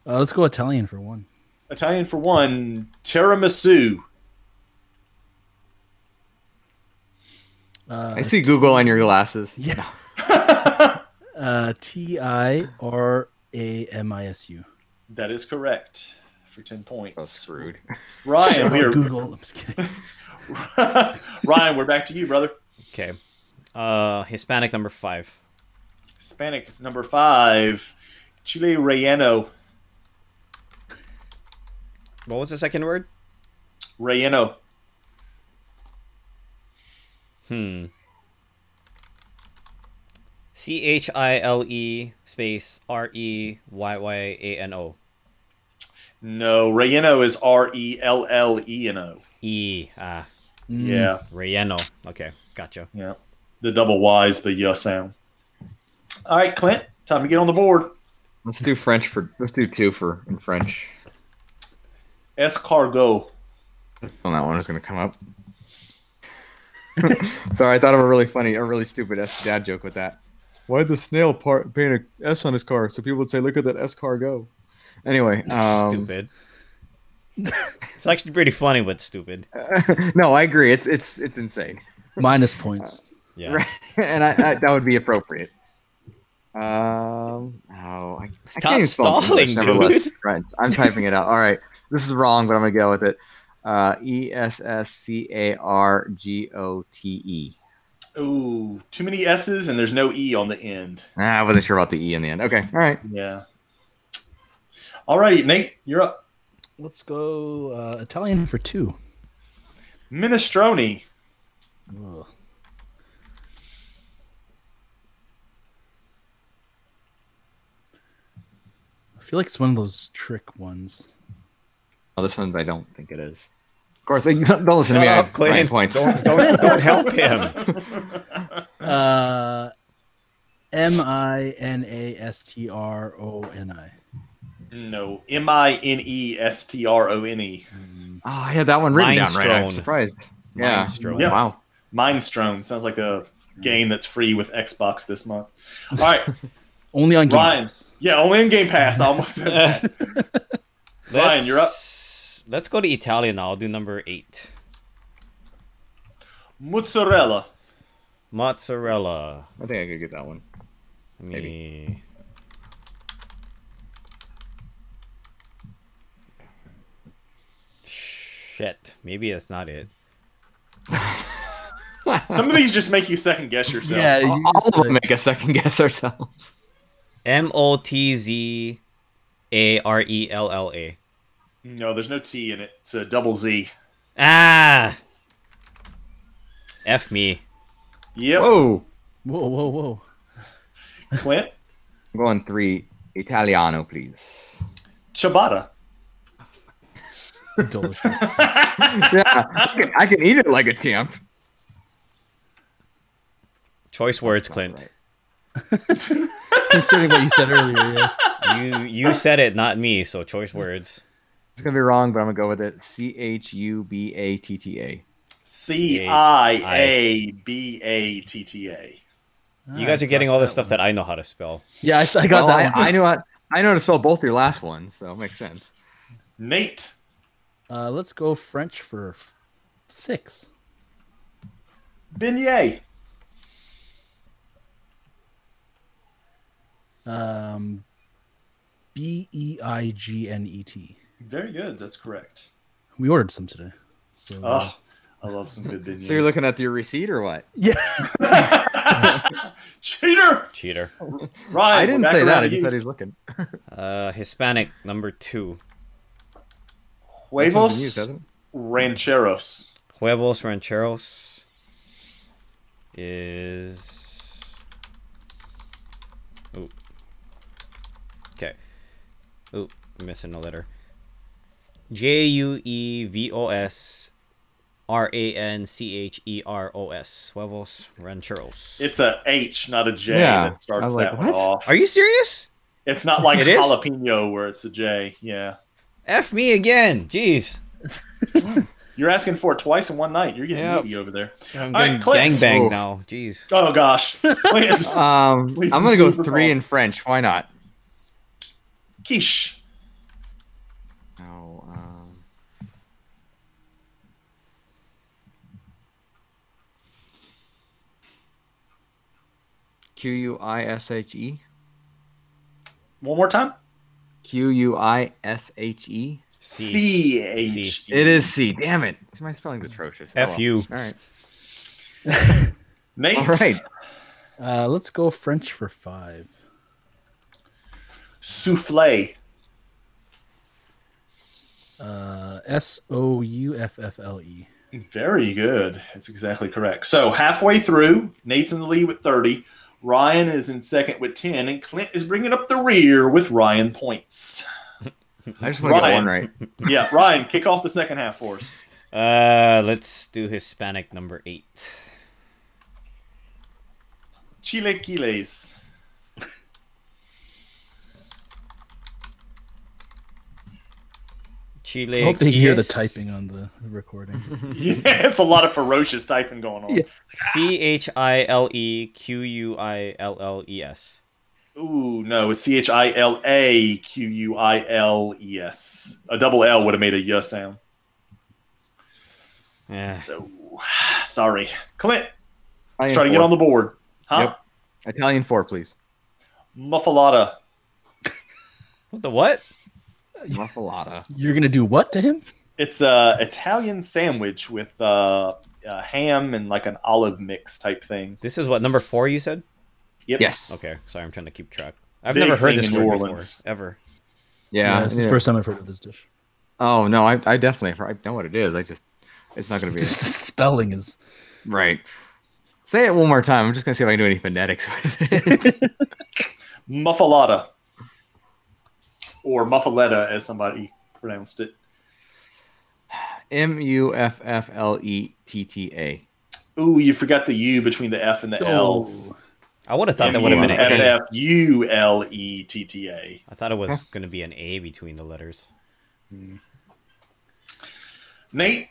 S2: Uh, let's go Italian for one.
S3: Italian for one, tiramisu.
S2: Uh,
S4: I see Google on your glasses.
S2: Yeah.
S3: that
S2: Uh, T I R A M I S U.
S3: is correct for 10 points.
S4: That's Oh, screwed.
S3: Ryan, we are,
S2: Google. I'm just kidding.
S3: Ryan, we're back to you, brother.
S1: Okay. Uh, Hispanic number five.
S3: Hispanic number five, Chile Relleno.
S1: What was the second word?
S3: Relleno.
S1: Hmm. C H I L E space R E Y Y A N O.
S3: No, Relleno is R E L L E N O.
S1: E. Ah.
S3: Yeah,
S1: Relleno. Okay. Gotcha.
S3: yeah. The double Y is the yeah sound. All right, Clint, time to get on the board.
S4: Let's do French for. Let's do two for in French.
S3: Escargot.
S4: Well, that one was gonna come up. Sorry, I thought of a really funny, a really stupid S dad joke with that. Why did the snail part paint a S on his car? So people would say, "Look at that S car go." Anyway, um,
S1: stupid. it's actually pretty funny, but stupid.
S4: no, I agree. It's it's it's insane,
S2: Mm, Minus points.
S1: Yeah.
S4: right? And I, I that would be appropriate. Um, oh, I, I
S1: Stop
S4: can't even spell
S1: stalling,
S4: English, nevertheless
S1: dude.
S4: French. I'm typing it out. All right, this is wrong, but I'm gonna go with it. Uh, E S S C A R G O T E.
S3: Ooh, too many S's and there's no E on the end.
S4: Ah, I wasn't sure about the E in the end. Okay, all right.
S3: Yeah. All righty, Nate, you're up.
S2: Let's go uh, Italian for two.
S3: Minestrone.
S2: Ugh. I feel like it's one of those trick ones.
S4: Oh, this one I don't think it is. Of course, like, don't don't listen to me. I
S1: Shut up,
S4: have nine
S1: Clint.
S4: points.
S1: Don't, don't, don't help him.
S2: Uh, M I N A S T R O N I.
S3: No, M I N E S T R O N E.
S4: Oh, I had that one written down right. I'm
S1: Mindstone.
S4: surprised. Yeah.
S1: Mindstone.
S3: Yeah.
S4: Wow.
S3: Mindstrone sounds like a game that's free with Xbox this month. All right,
S2: Only on Game
S3: Ryan.
S2: Pass.
S3: Yeah, only in Game Pass. I almost said that. Ryan, you're up.
S1: Let's- Let's go to Italian now. I'll do number eight.
S3: Mozzarella.
S1: Mozzarella.
S4: I think I could get that one.
S1: Let
S4: Maybe.
S1: me- Shit. Maybe that's not it.
S3: Some of these just make you second guess yourself.
S2: Yeah, you
S4: All
S2: just,
S4: of them
S2: like-
S4: make us second guess ourselves.
S1: M O T Z A R E L L A.
S3: No, there's no T in it. It's a double Z.
S1: Ah! F me.
S3: Yep.
S4: Whoa.
S2: whoa, whoa, whoa.
S3: Clint.
S4: I'm going three Italiano, please.
S3: Ciabatta.
S2: Delicious.
S4: yeah, I can, I can eat it like a champ.
S1: Choice words, Clint.
S2: Considering what you said earlier, yeah.
S1: You you said it, not me. So choice words.
S4: It's gonna be wrong, but I'm gonna go with it. C H U B A T T A.
S3: C I A B A T T A.
S2: Ah,
S1: You guys are getting all the stuff that I know how to spell.
S2: Yeah, I, s- I got
S4: Well, Oh, I,
S2: that.
S4: I knew how, I know how to spell both your last one, so it makes sense.
S2: one.
S3: Nate.
S2: Uh, let's go French for f- six.
S3: Beignet.
S2: Um, B E I G N E T.
S3: Very good. That's correct.
S2: We ordered some today. So, uh,
S3: Oh, I love some good beignets.
S4: So you're looking at your receipt or what?
S2: yeah.
S3: Cheater.
S1: Cheater.
S3: Ryan.
S4: I didn't
S3: we're back
S4: say that.
S3: around
S4: I
S3: to
S4: just
S3: you.
S4: said he's looking.
S1: Uh, Hispanic number two.
S4: That's what's been
S3: Huevos
S4: used, hasn't it?
S3: rancheros.
S1: Huevos Rancheros is. Oop. Okay. Oop, missing a letter. J U E V O S R A N C H E R O S. Huevos Rancheros.
S3: It's a H, not a J,
S4: Yeah.
S3: that
S4: I
S3: starts
S4: was like,
S3: that one
S4: what?
S3: off.
S1: Are you serious?
S3: It's not like
S1: It is?
S3: jalapeno where it's a J. Yeah.
S1: F me again. Jeez.
S3: You're asking for it twice in one night. You're getting
S1: Yep.
S3: needy over there.
S1: I'm
S3: All
S1: getting
S3: right,
S1: gang
S3: Clint.
S1: bang
S4: Oof.
S1: now. Jeez.
S3: Oh gosh. Lance.
S4: Um,
S3: Please,
S4: I'm gonna go
S3: please
S4: three
S3: recall.
S4: in French. Why not?
S3: Quiche.
S4: No. Um... Q U I S H E.
S3: One more time.
S4: Q U I S H E.
S3: C
S1: C.
S3: H. E.
S4: It is C. Damn it. See, my spelling's atrocious. Oh,
S1: F
S4: well.
S1: you.
S4: All right.
S3: Nate.
S4: All right.
S2: Uh, let's go French for five.
S3: Souffle.
S2: Uh, S O U F F L E.
S3: Very good. That's exactly correct. So halfway through, Nate's in the lead with 30. Ryan is in second with 10, and Clint is bringing up the rear with Ryan points.
S4: I just want to get
S3: Ryan.
S4: one right.
S3: Yeah, Ryan, kick off the second half for us.
S1: Uh, let's do Hispanic number eight.
S3: Chilequiles.
S1: Chile.
S2: I hope they hear the
S1: Quiles.
S2: typing on the recording.
S3: Yeah, it's a lot of ferocious typing going on.
S2: Yeah.
S1: C H I L E Q U I L L E S.
S3: Ooh, no, it's C H I L A Q U I L E S. A double L would have made a yeah sound.
S1: Yeah.
S3: So sorry. Clint, let's
S4: Italian
S3: try to get
S4: four.
S3: on the board. Huh?
S4: Italian four, please.
S3: Muffalata.
S1: What the what?
S4: Muffalata.
S2: You're gonna do what to him?
S3: It's a Italian sandwich with uh, uh, ham and like an olive mix type thing.
S1: This is what number four you said?
S3: Yep.
S4: Yes.
S1: Okay, sorry, I'm trying to keep track. I've
S3: Big
S1: never heard
S3: thing
S1: this
S3: in
S1: word
S3: New
S1: before,
S3: Orleans.
S1: ever.
S4: Yeah.
S2: this is
S4: yeah.
S2: the first time I've heard of this dish.
S4: Oh no, I, I definitely have- I know what it is. I just it's not gonna be
S2: Just the spelling is.
S4: right. Say it one more time. I'm just gonna see if I can do any phonetics with it.
S3: Muffalata. Or muffaletta, as somebody pronounced it.
S4: M U F F L E T T A.
S3: Ooh, you forgot the U between the F and the L.
S2: Oh.
S1: I would have thought that would have been an A.
S3: F F U L E T T A.
S1: I thought it was going to be an A between the letters.
S3: Nate,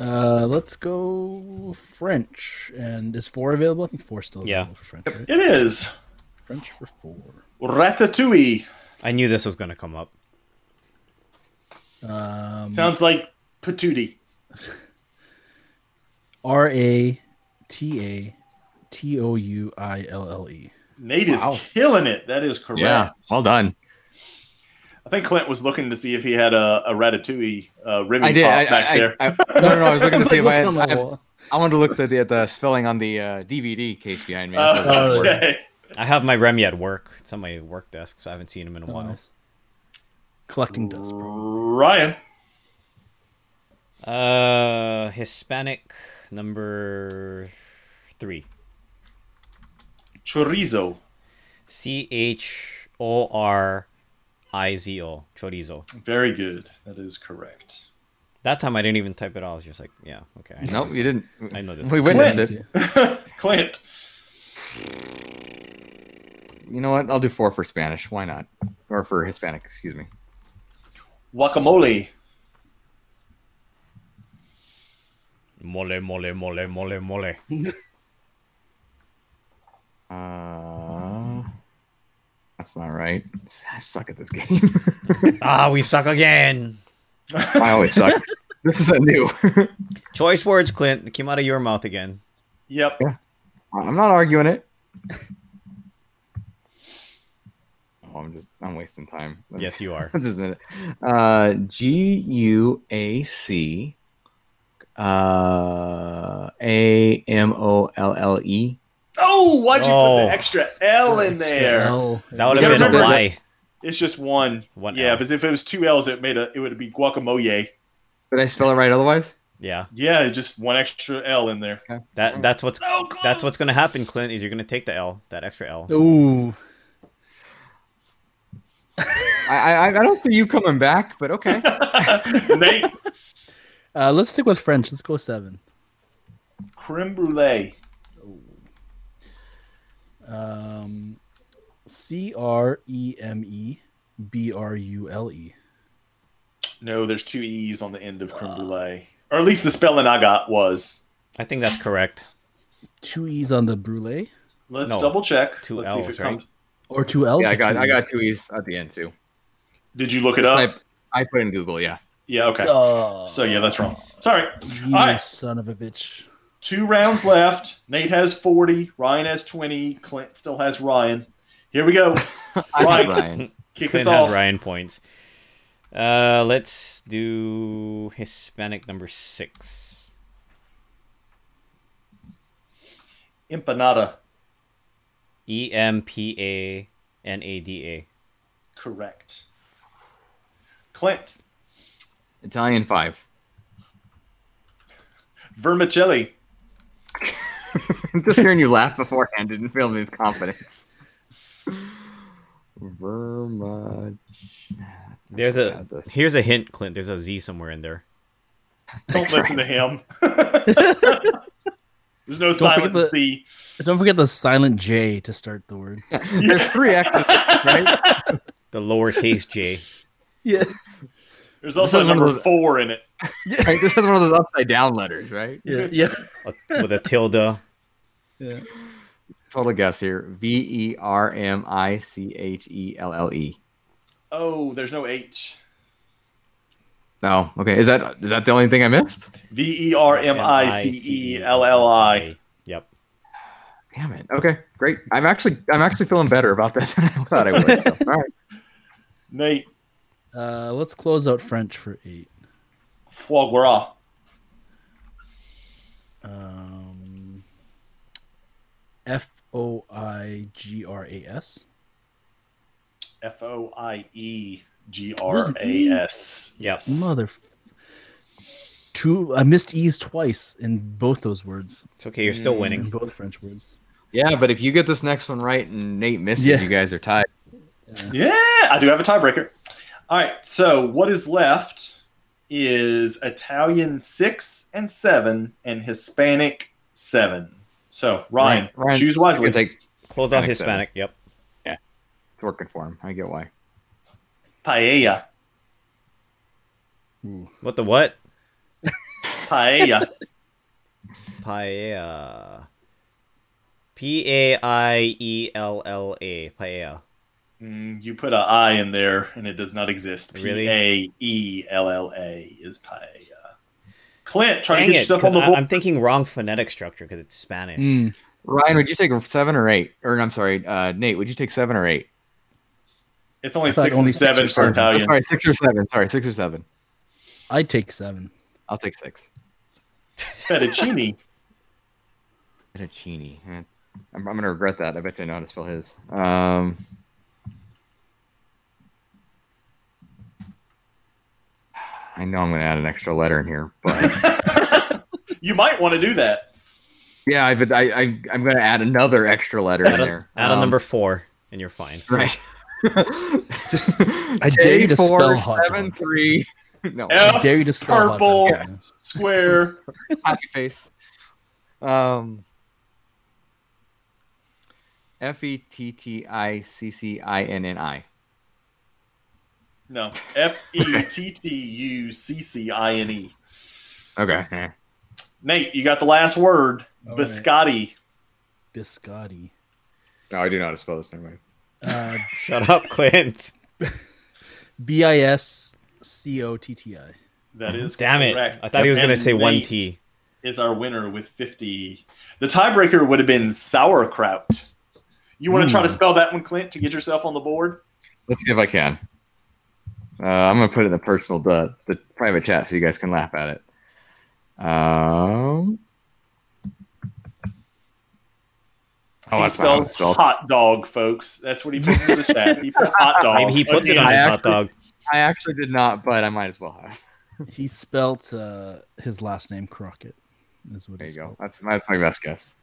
S2: Uh, let's go French. And is four available? I think four still
S1: Yeah.
S2: available for French. Right?
S3: it is
S2: French for four.
S3: ratatouille.
S1: I knew this was going to come up.
S2: Um,
S3: Sounds like patootie.
S2: R A T A T O U I L L E.
S3: Nate is
S4: Wow.
S3: killing it. That is correct.
S4: Yeah. Well done.
S3: I think Clint was looking to see if he had a, a ratatouille uh, ribbon
S4: I did.
S3: pop
S4: I,
S3: back
S4: I,
S3: there.
S4: I, I, no, no, no. I was looking to
S2: I'm
S4: see if I,
S2: like,
S4: had,
S2: looking on my
S4: I,
S2: wall.
S4: I wanted to look at the, at the spelling on the uh, DVD case behind me. That's what I was
S3: Oh,
S4: looking for.
S3: okay.
S1: I have my Remy at work. It's on my work desk, so I haven't seen him in a
S2: Oh,
S1: while.
S2: nice. Collecting dust.
S3: Ryan.
S1: Uh, Hispanic number three.
S3: Chorizo.
S1: C H O R I Z O. Chorizo.
S3: Very good. That is correct.
S1: That time I didn't even type it all. I was just like, yeah, okay. I know
S4: Nope,
S1: this.
S4: you didn't.
S1: I know this.
S4: We witnessed it.
S3: Clint.
S4: You know what? I'll do four for Spanish. Why not? Or for Hispanic, excuse me.
S3: Guacamole.
S1: Mole, mole, mole, mole, mole.
S4: Uh, that's not right. I suck at this game.
S1: ah, we suck again.
S4: I always suck. This is a new.
S1: Choice words, Clint. It came out of your mouth again.
S3: Yep.
S4: I'm not arguing it. Oh, I'm just I'm wasting time.
S1: Yes, you are.
S4: just a minute. Uh, G U A C uh, A M O L L E.
S3: Oh, why'd you put
S1: Oh.
S3: the extra L in there?
S2: L.
S1: That would have
S3: gotta
S1: been a
S3: remember this-
S1: lie.
S3: It's just one.
S1: One
S3: yeah,
S1: L.
S3: because if it was two L's, it made a. It would be guacamole.
S4: Did I spell it right? Otherwise,
S1: Yeah,
S3: Yeah, just one extra L in there.
S1: that that's what's
S3: So close.
S1: that's what's gonna happen, Clint. Is you're gonna take the L, that extra L.
S2: Ooh.
S4: I I, I don't see you coming back, but okay.
S3: Nate,
S2: Uh, let's stick with French. Let's go seven.
S3: creme brulee.
S2: Um, C R E M E B R U L E.
S3: No, there's two E's on the end of
S1: Uh,
S3: creme brulee, or at least the spelling I got was.
S1: I think that's correct.
S2: Two E's on the brulee,
S3: Let's
S1: No,
S3: double check.
S1: two
S3: Let's see if
S1: Ls,
S3: it
S1: right?
S3: comes.
S2: or two L's.
S4: yeah, I
S2: or
S4: got
S2: two
S4: I got
S2: E's?
S4: two e's at the end too.
S3: Did you look it
S1: Uh,
S3: up?
S4: I I put in Google. Yeah.
S3: Yeah. Okay.
S2: Oh,
S3: So yeah, that's wrong. Sorry.
S2: you
S3: Alright.
S2: son of a bitch.
S3: Two rounds left. Nate has 40. Ryan has 20. Clint still has Ryan. Here we go.
S4: I
S3: Right.
S4: had Ryan.
S3: Kick us
S1: Clint
S3: off.
S1: has Ryan points. Uh, let's do Hispanic number six.
S3: Empanada.
S1: E M P A N A D A.
S3: Correct. Clint.
S4: Italian five.
S3: Vermicelli.
S4: Just hearing you laugh beforehand didn't fill me with confidence. Vermont.
S1: There's a
S4: Add this.
S1: here's a hint, Clint. There's a Z somewhere in there.
S3: Don't listen to him. There's no
S2: forget
S3: silent
S2: the-
S3: C.
S2: Don't forget the silent J to start the word.
S4: There's three X's, right?
S1: The lowercase J.
S2: Yeah.
S3: There's also
S4: is one of
S3: number
S4: those-
S3: four in it.
S4: Right, This is one of those upside down letters, right?
S2: Yeah. Yeah.
S1: uh, with a tilde.
S2: yeah.
S4: Total guess here. V E R M I C H E L L E.
S3: Oh, there's no H.
S4: Oh, okay. Is that is that the only thing I missed?
S3: V E R M I C E L L I.
S1: Yep.
S4: Damn it. Okay, great. I'm actually I'm actually feeling better about this than I thought I would. so, All right.
S3: Nate.
S2: Uh, let's close out French for eight.
S3: Foie gras.
S2: Um, F O I G R A S.
S3: F O I E G R
S2: There's an E.
S3: A S. Yes.
S2: Mother. Two. I missed E's twice in both those words.
S1: It's okay. You're still
S2: In
S1: winning.
S2: both French words.
S4: Yeah, but if you get this next one right and Nate misses,
S2: Yeah.
S4: you guys are tied.
S3: Yeah, I do have a tiebreaker. All right, so what is left is Italian six and seven and Hispanic seven. So Ryan,
S4: Ryan,
S3: choose
S4: I
S3: wisely.
S4: can take
S1: Close out
S4: Hispanic
S1: Hispanic. Yep.
S4: It's working for him. I get why.
S3: paella,
S1: What the what?
S3: paella,
S1: Paella. P A I E L L A. Paella.
S3: Mm, you put a I in there and it does not exist. P
S1: Really?
S3: A E L L A is paella. Clint, trying
S1: Dang
S3: to get
S1: it!
S3: yourself
S1: 'cause
S3: on the Mm.
S1: I,
S3: board.
S1: am thinking wrong phonetic structure because it's Spanish.
S2: Hmm.
S4: Ryan, would you take seven or eight? Or I'm sorry, uh, Nate, would you take seven or eight?
S3: It's only
S2: I thought
S3: six
S2: only
S3: and
S2: six
S3: seven
S2: or
S3: for
S2: seven.
S4: Oh,
S3: Italian.
S4: sorry, six or seven. Sorry, six or seven.
S2: I take seven.
S4: I'll take six.
S3: Fettuccine.
S4: Fettuccine. Eh, I'm, I'm gonna regret that. I bet you I know how to spell his. Um, I know I'm gonna add an extra letter in here, but
S3: you might want to do that.
S4: yeah, I, but I, I I'm gonna add another extra letter in there.
S1: Add on
S4: Um,
S1: number four. and you're fine.
S4: Right.
S2: Just- I dare you to spell hot
S4: seven
S2: dog.
S4: three. No,
S3: F
S2: dare you to spell hot dog,
S3: purple
S2: yeah.
S3: square.
S4: happy face. Um. F e t t i c c i n n i.
S3: No, F E T T U C C I N E.
S4: Okay. eh.
S3: Nate, you got the last word.
S2: All right.
S3: Biscotti.
S2: Biscotti.
S4: No, Oh, I do not spell this. Never mind.
S2: Uh,
S1: Shut up, Clint.
S2: B I S C O T T I.
S3: That is
S1: Damn it.
S3: correct.
S1: I thought he was going to
S3: And
S1: say one
S3: Nate
S1: T.
S3: Is our winner with fifty. The tiebreaker would have been sauerkraut. You want to
S1: Hmm.
S3: try to spell that one, Clint, to get yourself on the board?
S4: Let's see if I can. Uh, I'm gonna put it in the personal, the the private chat, so you guys can laugh at it. Um.
S3: he
S4: Oh, that's not how it's
S3: spells
S4: spelled.
S3: hot dog, folks. That's what he put in the chat. He put hot dog.
S1: Maybe he puts it on
S3: again.
S1: his
S4: I
S1: hot dog.
S4: I actually did not, but I might as well have.
S2: He spelt uh, his last name Crockett. Is what
S4: There
S2: he
S4: you go.
S2: spelled.
S4: That's that's my best guess.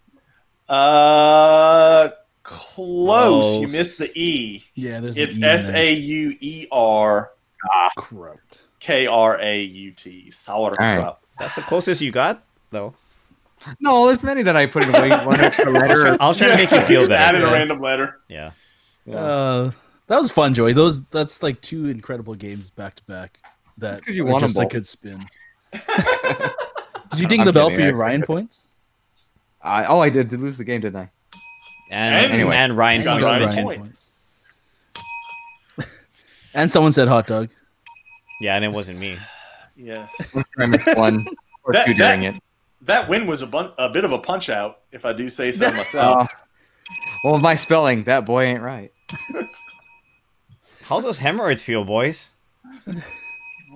S3: Uh, close. You
S1: Close.
S3: missed the E.
S2: Yeah, there's an E
S3: It's
S2: in there.
S3: S A U E R
S2: Crout.
S3: K R A U T. Sauerkraut.
S1: That's the closest you got, though.
S4: No, there's many that I put in way one extra
S1: I was
S4: letter. Uh,
S1: trying, I was trying to make you feel
S3: Just
S1: better.
S3: added a
S2: Yeah.
S3: random letter.
S1: Yeah.
S4: Yeah.
S2: Uh, that was fun, Joey. Those that's like two incredible games back to back. That
S4: That's 'cause you
S2: are
S4: won 'em
S2: just a
S4: both.
S2: good spin. Did you ding
S4: I'm
S2: the bell
S4: kidding,
S2: for your
S4: actually.
S2: Ryan points?
S4: I, oh, I did, did lose the game, didn't I?
S1: And,
S4: Anyway.
S1: and Ryan
S3: Got
S1: points
S3: Ryan
S1: mentioned.
S3: points.
S2: and someone said hot dog.
S1: Yeah, and it wasn't me.
S3: Yes.
S4: I missed one or
S3: That-
S4: two
S3: that-
S4: during it.
S3: that win was a, bun- a bit of a punch out, if I do say so myself.
S4: Uh, well, my spelling, that boy ain't right.
S1: How's those hemorrhoids feel, boys? Oh.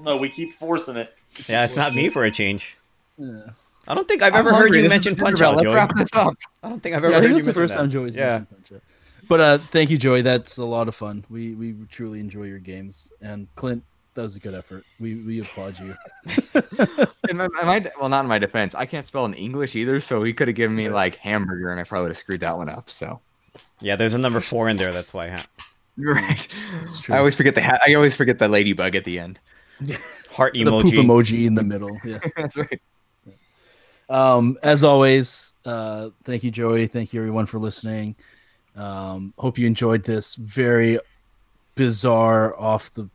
S3: No, we keep forcing it.
S1: Yeah, it's not me for a change.
S2: Yeah.
S1: I don't think I've
S4: I'm
S1: ever heard
S4: hungry.
S1: you
S4: This is
S1: mention
S4: Tinkerbell.
S1: Punch Out,
S4: Let's
S1: Joey.
S4: wrap this up.
S1: I don't think I've
S2: Yeah,
S1: ever
S2: I
S1: heard
S2: think
S1: you
S2: that's
S1: mention
S2: the first
S1: that.
S2: time Joey's
S4: Yeah.
S2: mentioned Punch Out. But uh, thank you, Joey. That's a lot of fun. We we truly enjoy your games, and Clint, that was a good effort. We we applaud you.
S4: In my, in my- well, not in my defense. I can't spell in English either, so he could have given me like hamburger, and I probably would have screwed that one up. So
S1: Yeah, there's a number four in there. That's why. Huh?
S4: you're right.
S2: true.
S4: I always forget the ha- I always forget the ladybug at the end.
S1: Heart
S2: The poop
S1: emoji.
S2: emoji in the middle. Yeah.
S4: That's right.
S2: um, as always, uh, thank you, Joey. Thank you, everyone, for listening. Um, hope you enjoyed this very bizarre, off the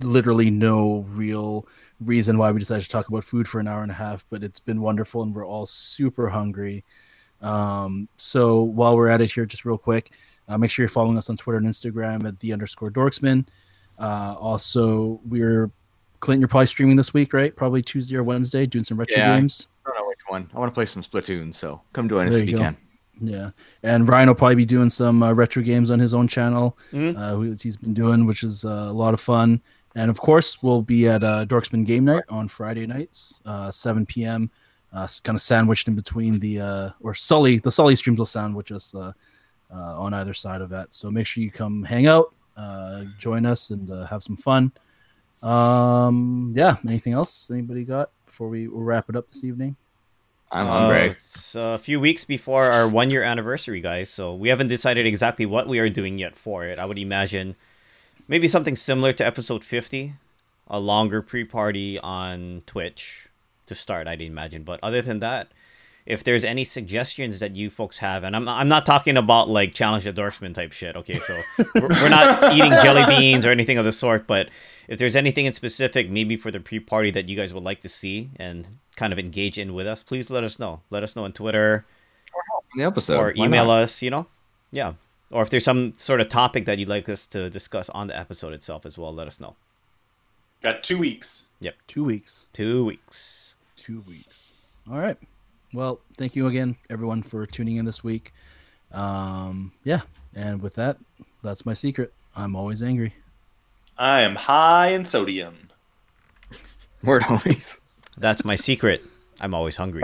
S2: literally no real reason why we decided to talk about food for an hour and a half, but it's been wonderful and we're all super hungry. Um, so while we're at it here, just real quick, uh, make sure you're following us on Twitter and Instagram at the underscore dorksman. Uh, also, we're Clint, you're probably streaming this week, right? Probably Tuesday or Wednesday, doing some retro
S4: Yeah.
S2: games.
S4: I don't know which one. I want to play some Splatoon, so come join us
S2: There
S4: if
S2: you
S4: you
S2: go.
S4: can.
S2: Yeah, and Ryan will probably be doing some uh, retro games on his own channel,
S1: Mhm.
S2: uh, which he's been doing, which is uh, a lot of fun. And of course, we'll be at uh, Dorksman Game Night on Friday nights, uh, 7 p.m. Uh, kind of sandwiched in between the uh, or Sully, the Sully streams will sandwich us uh, uh, on either side of that. So make sure you come hang out, uh, join us, and uh, have some fun. Um, yeah. Anything else? Anybody got before we wrap it up this evening?
S4: I'm
S1: Uh,
S4: hungry.
S1: it's a few weeks before our one year anniversary, guys. So we haven't decided exactly what we are doing yet for it. I would imagine maybe something similar to episode 50, a longer pre party on Twitch to start, I'd imagine. But other than that, if there's any suggestions that you folks have, and I'm, I'm not talking about like challenge the dorksman type shit, okay? So we're, we're not eating jelly beans or anything of the sort, but if there's anything in specific, maybe for the pre party that you guys would like to see and kind of engage in with us, please let us know. Let us know on Twitter
S4: On the episode,
S1: or email us, you know? Yeah. Or if there's some sort of topic that you'd like us to discuss on the episode itself as well, let us know.
S3: Got two weeks.
S2: Two weeks.
S1: Two weeks.
S2: two weeks. All right. Well, thank you again, everyone, for tuning in this week. Um, yeah. And with that, that's my secret. I'm always angry.
S3: I am high in sodium.
S4: Word always.
S1: That's my secret. I'm always hungry.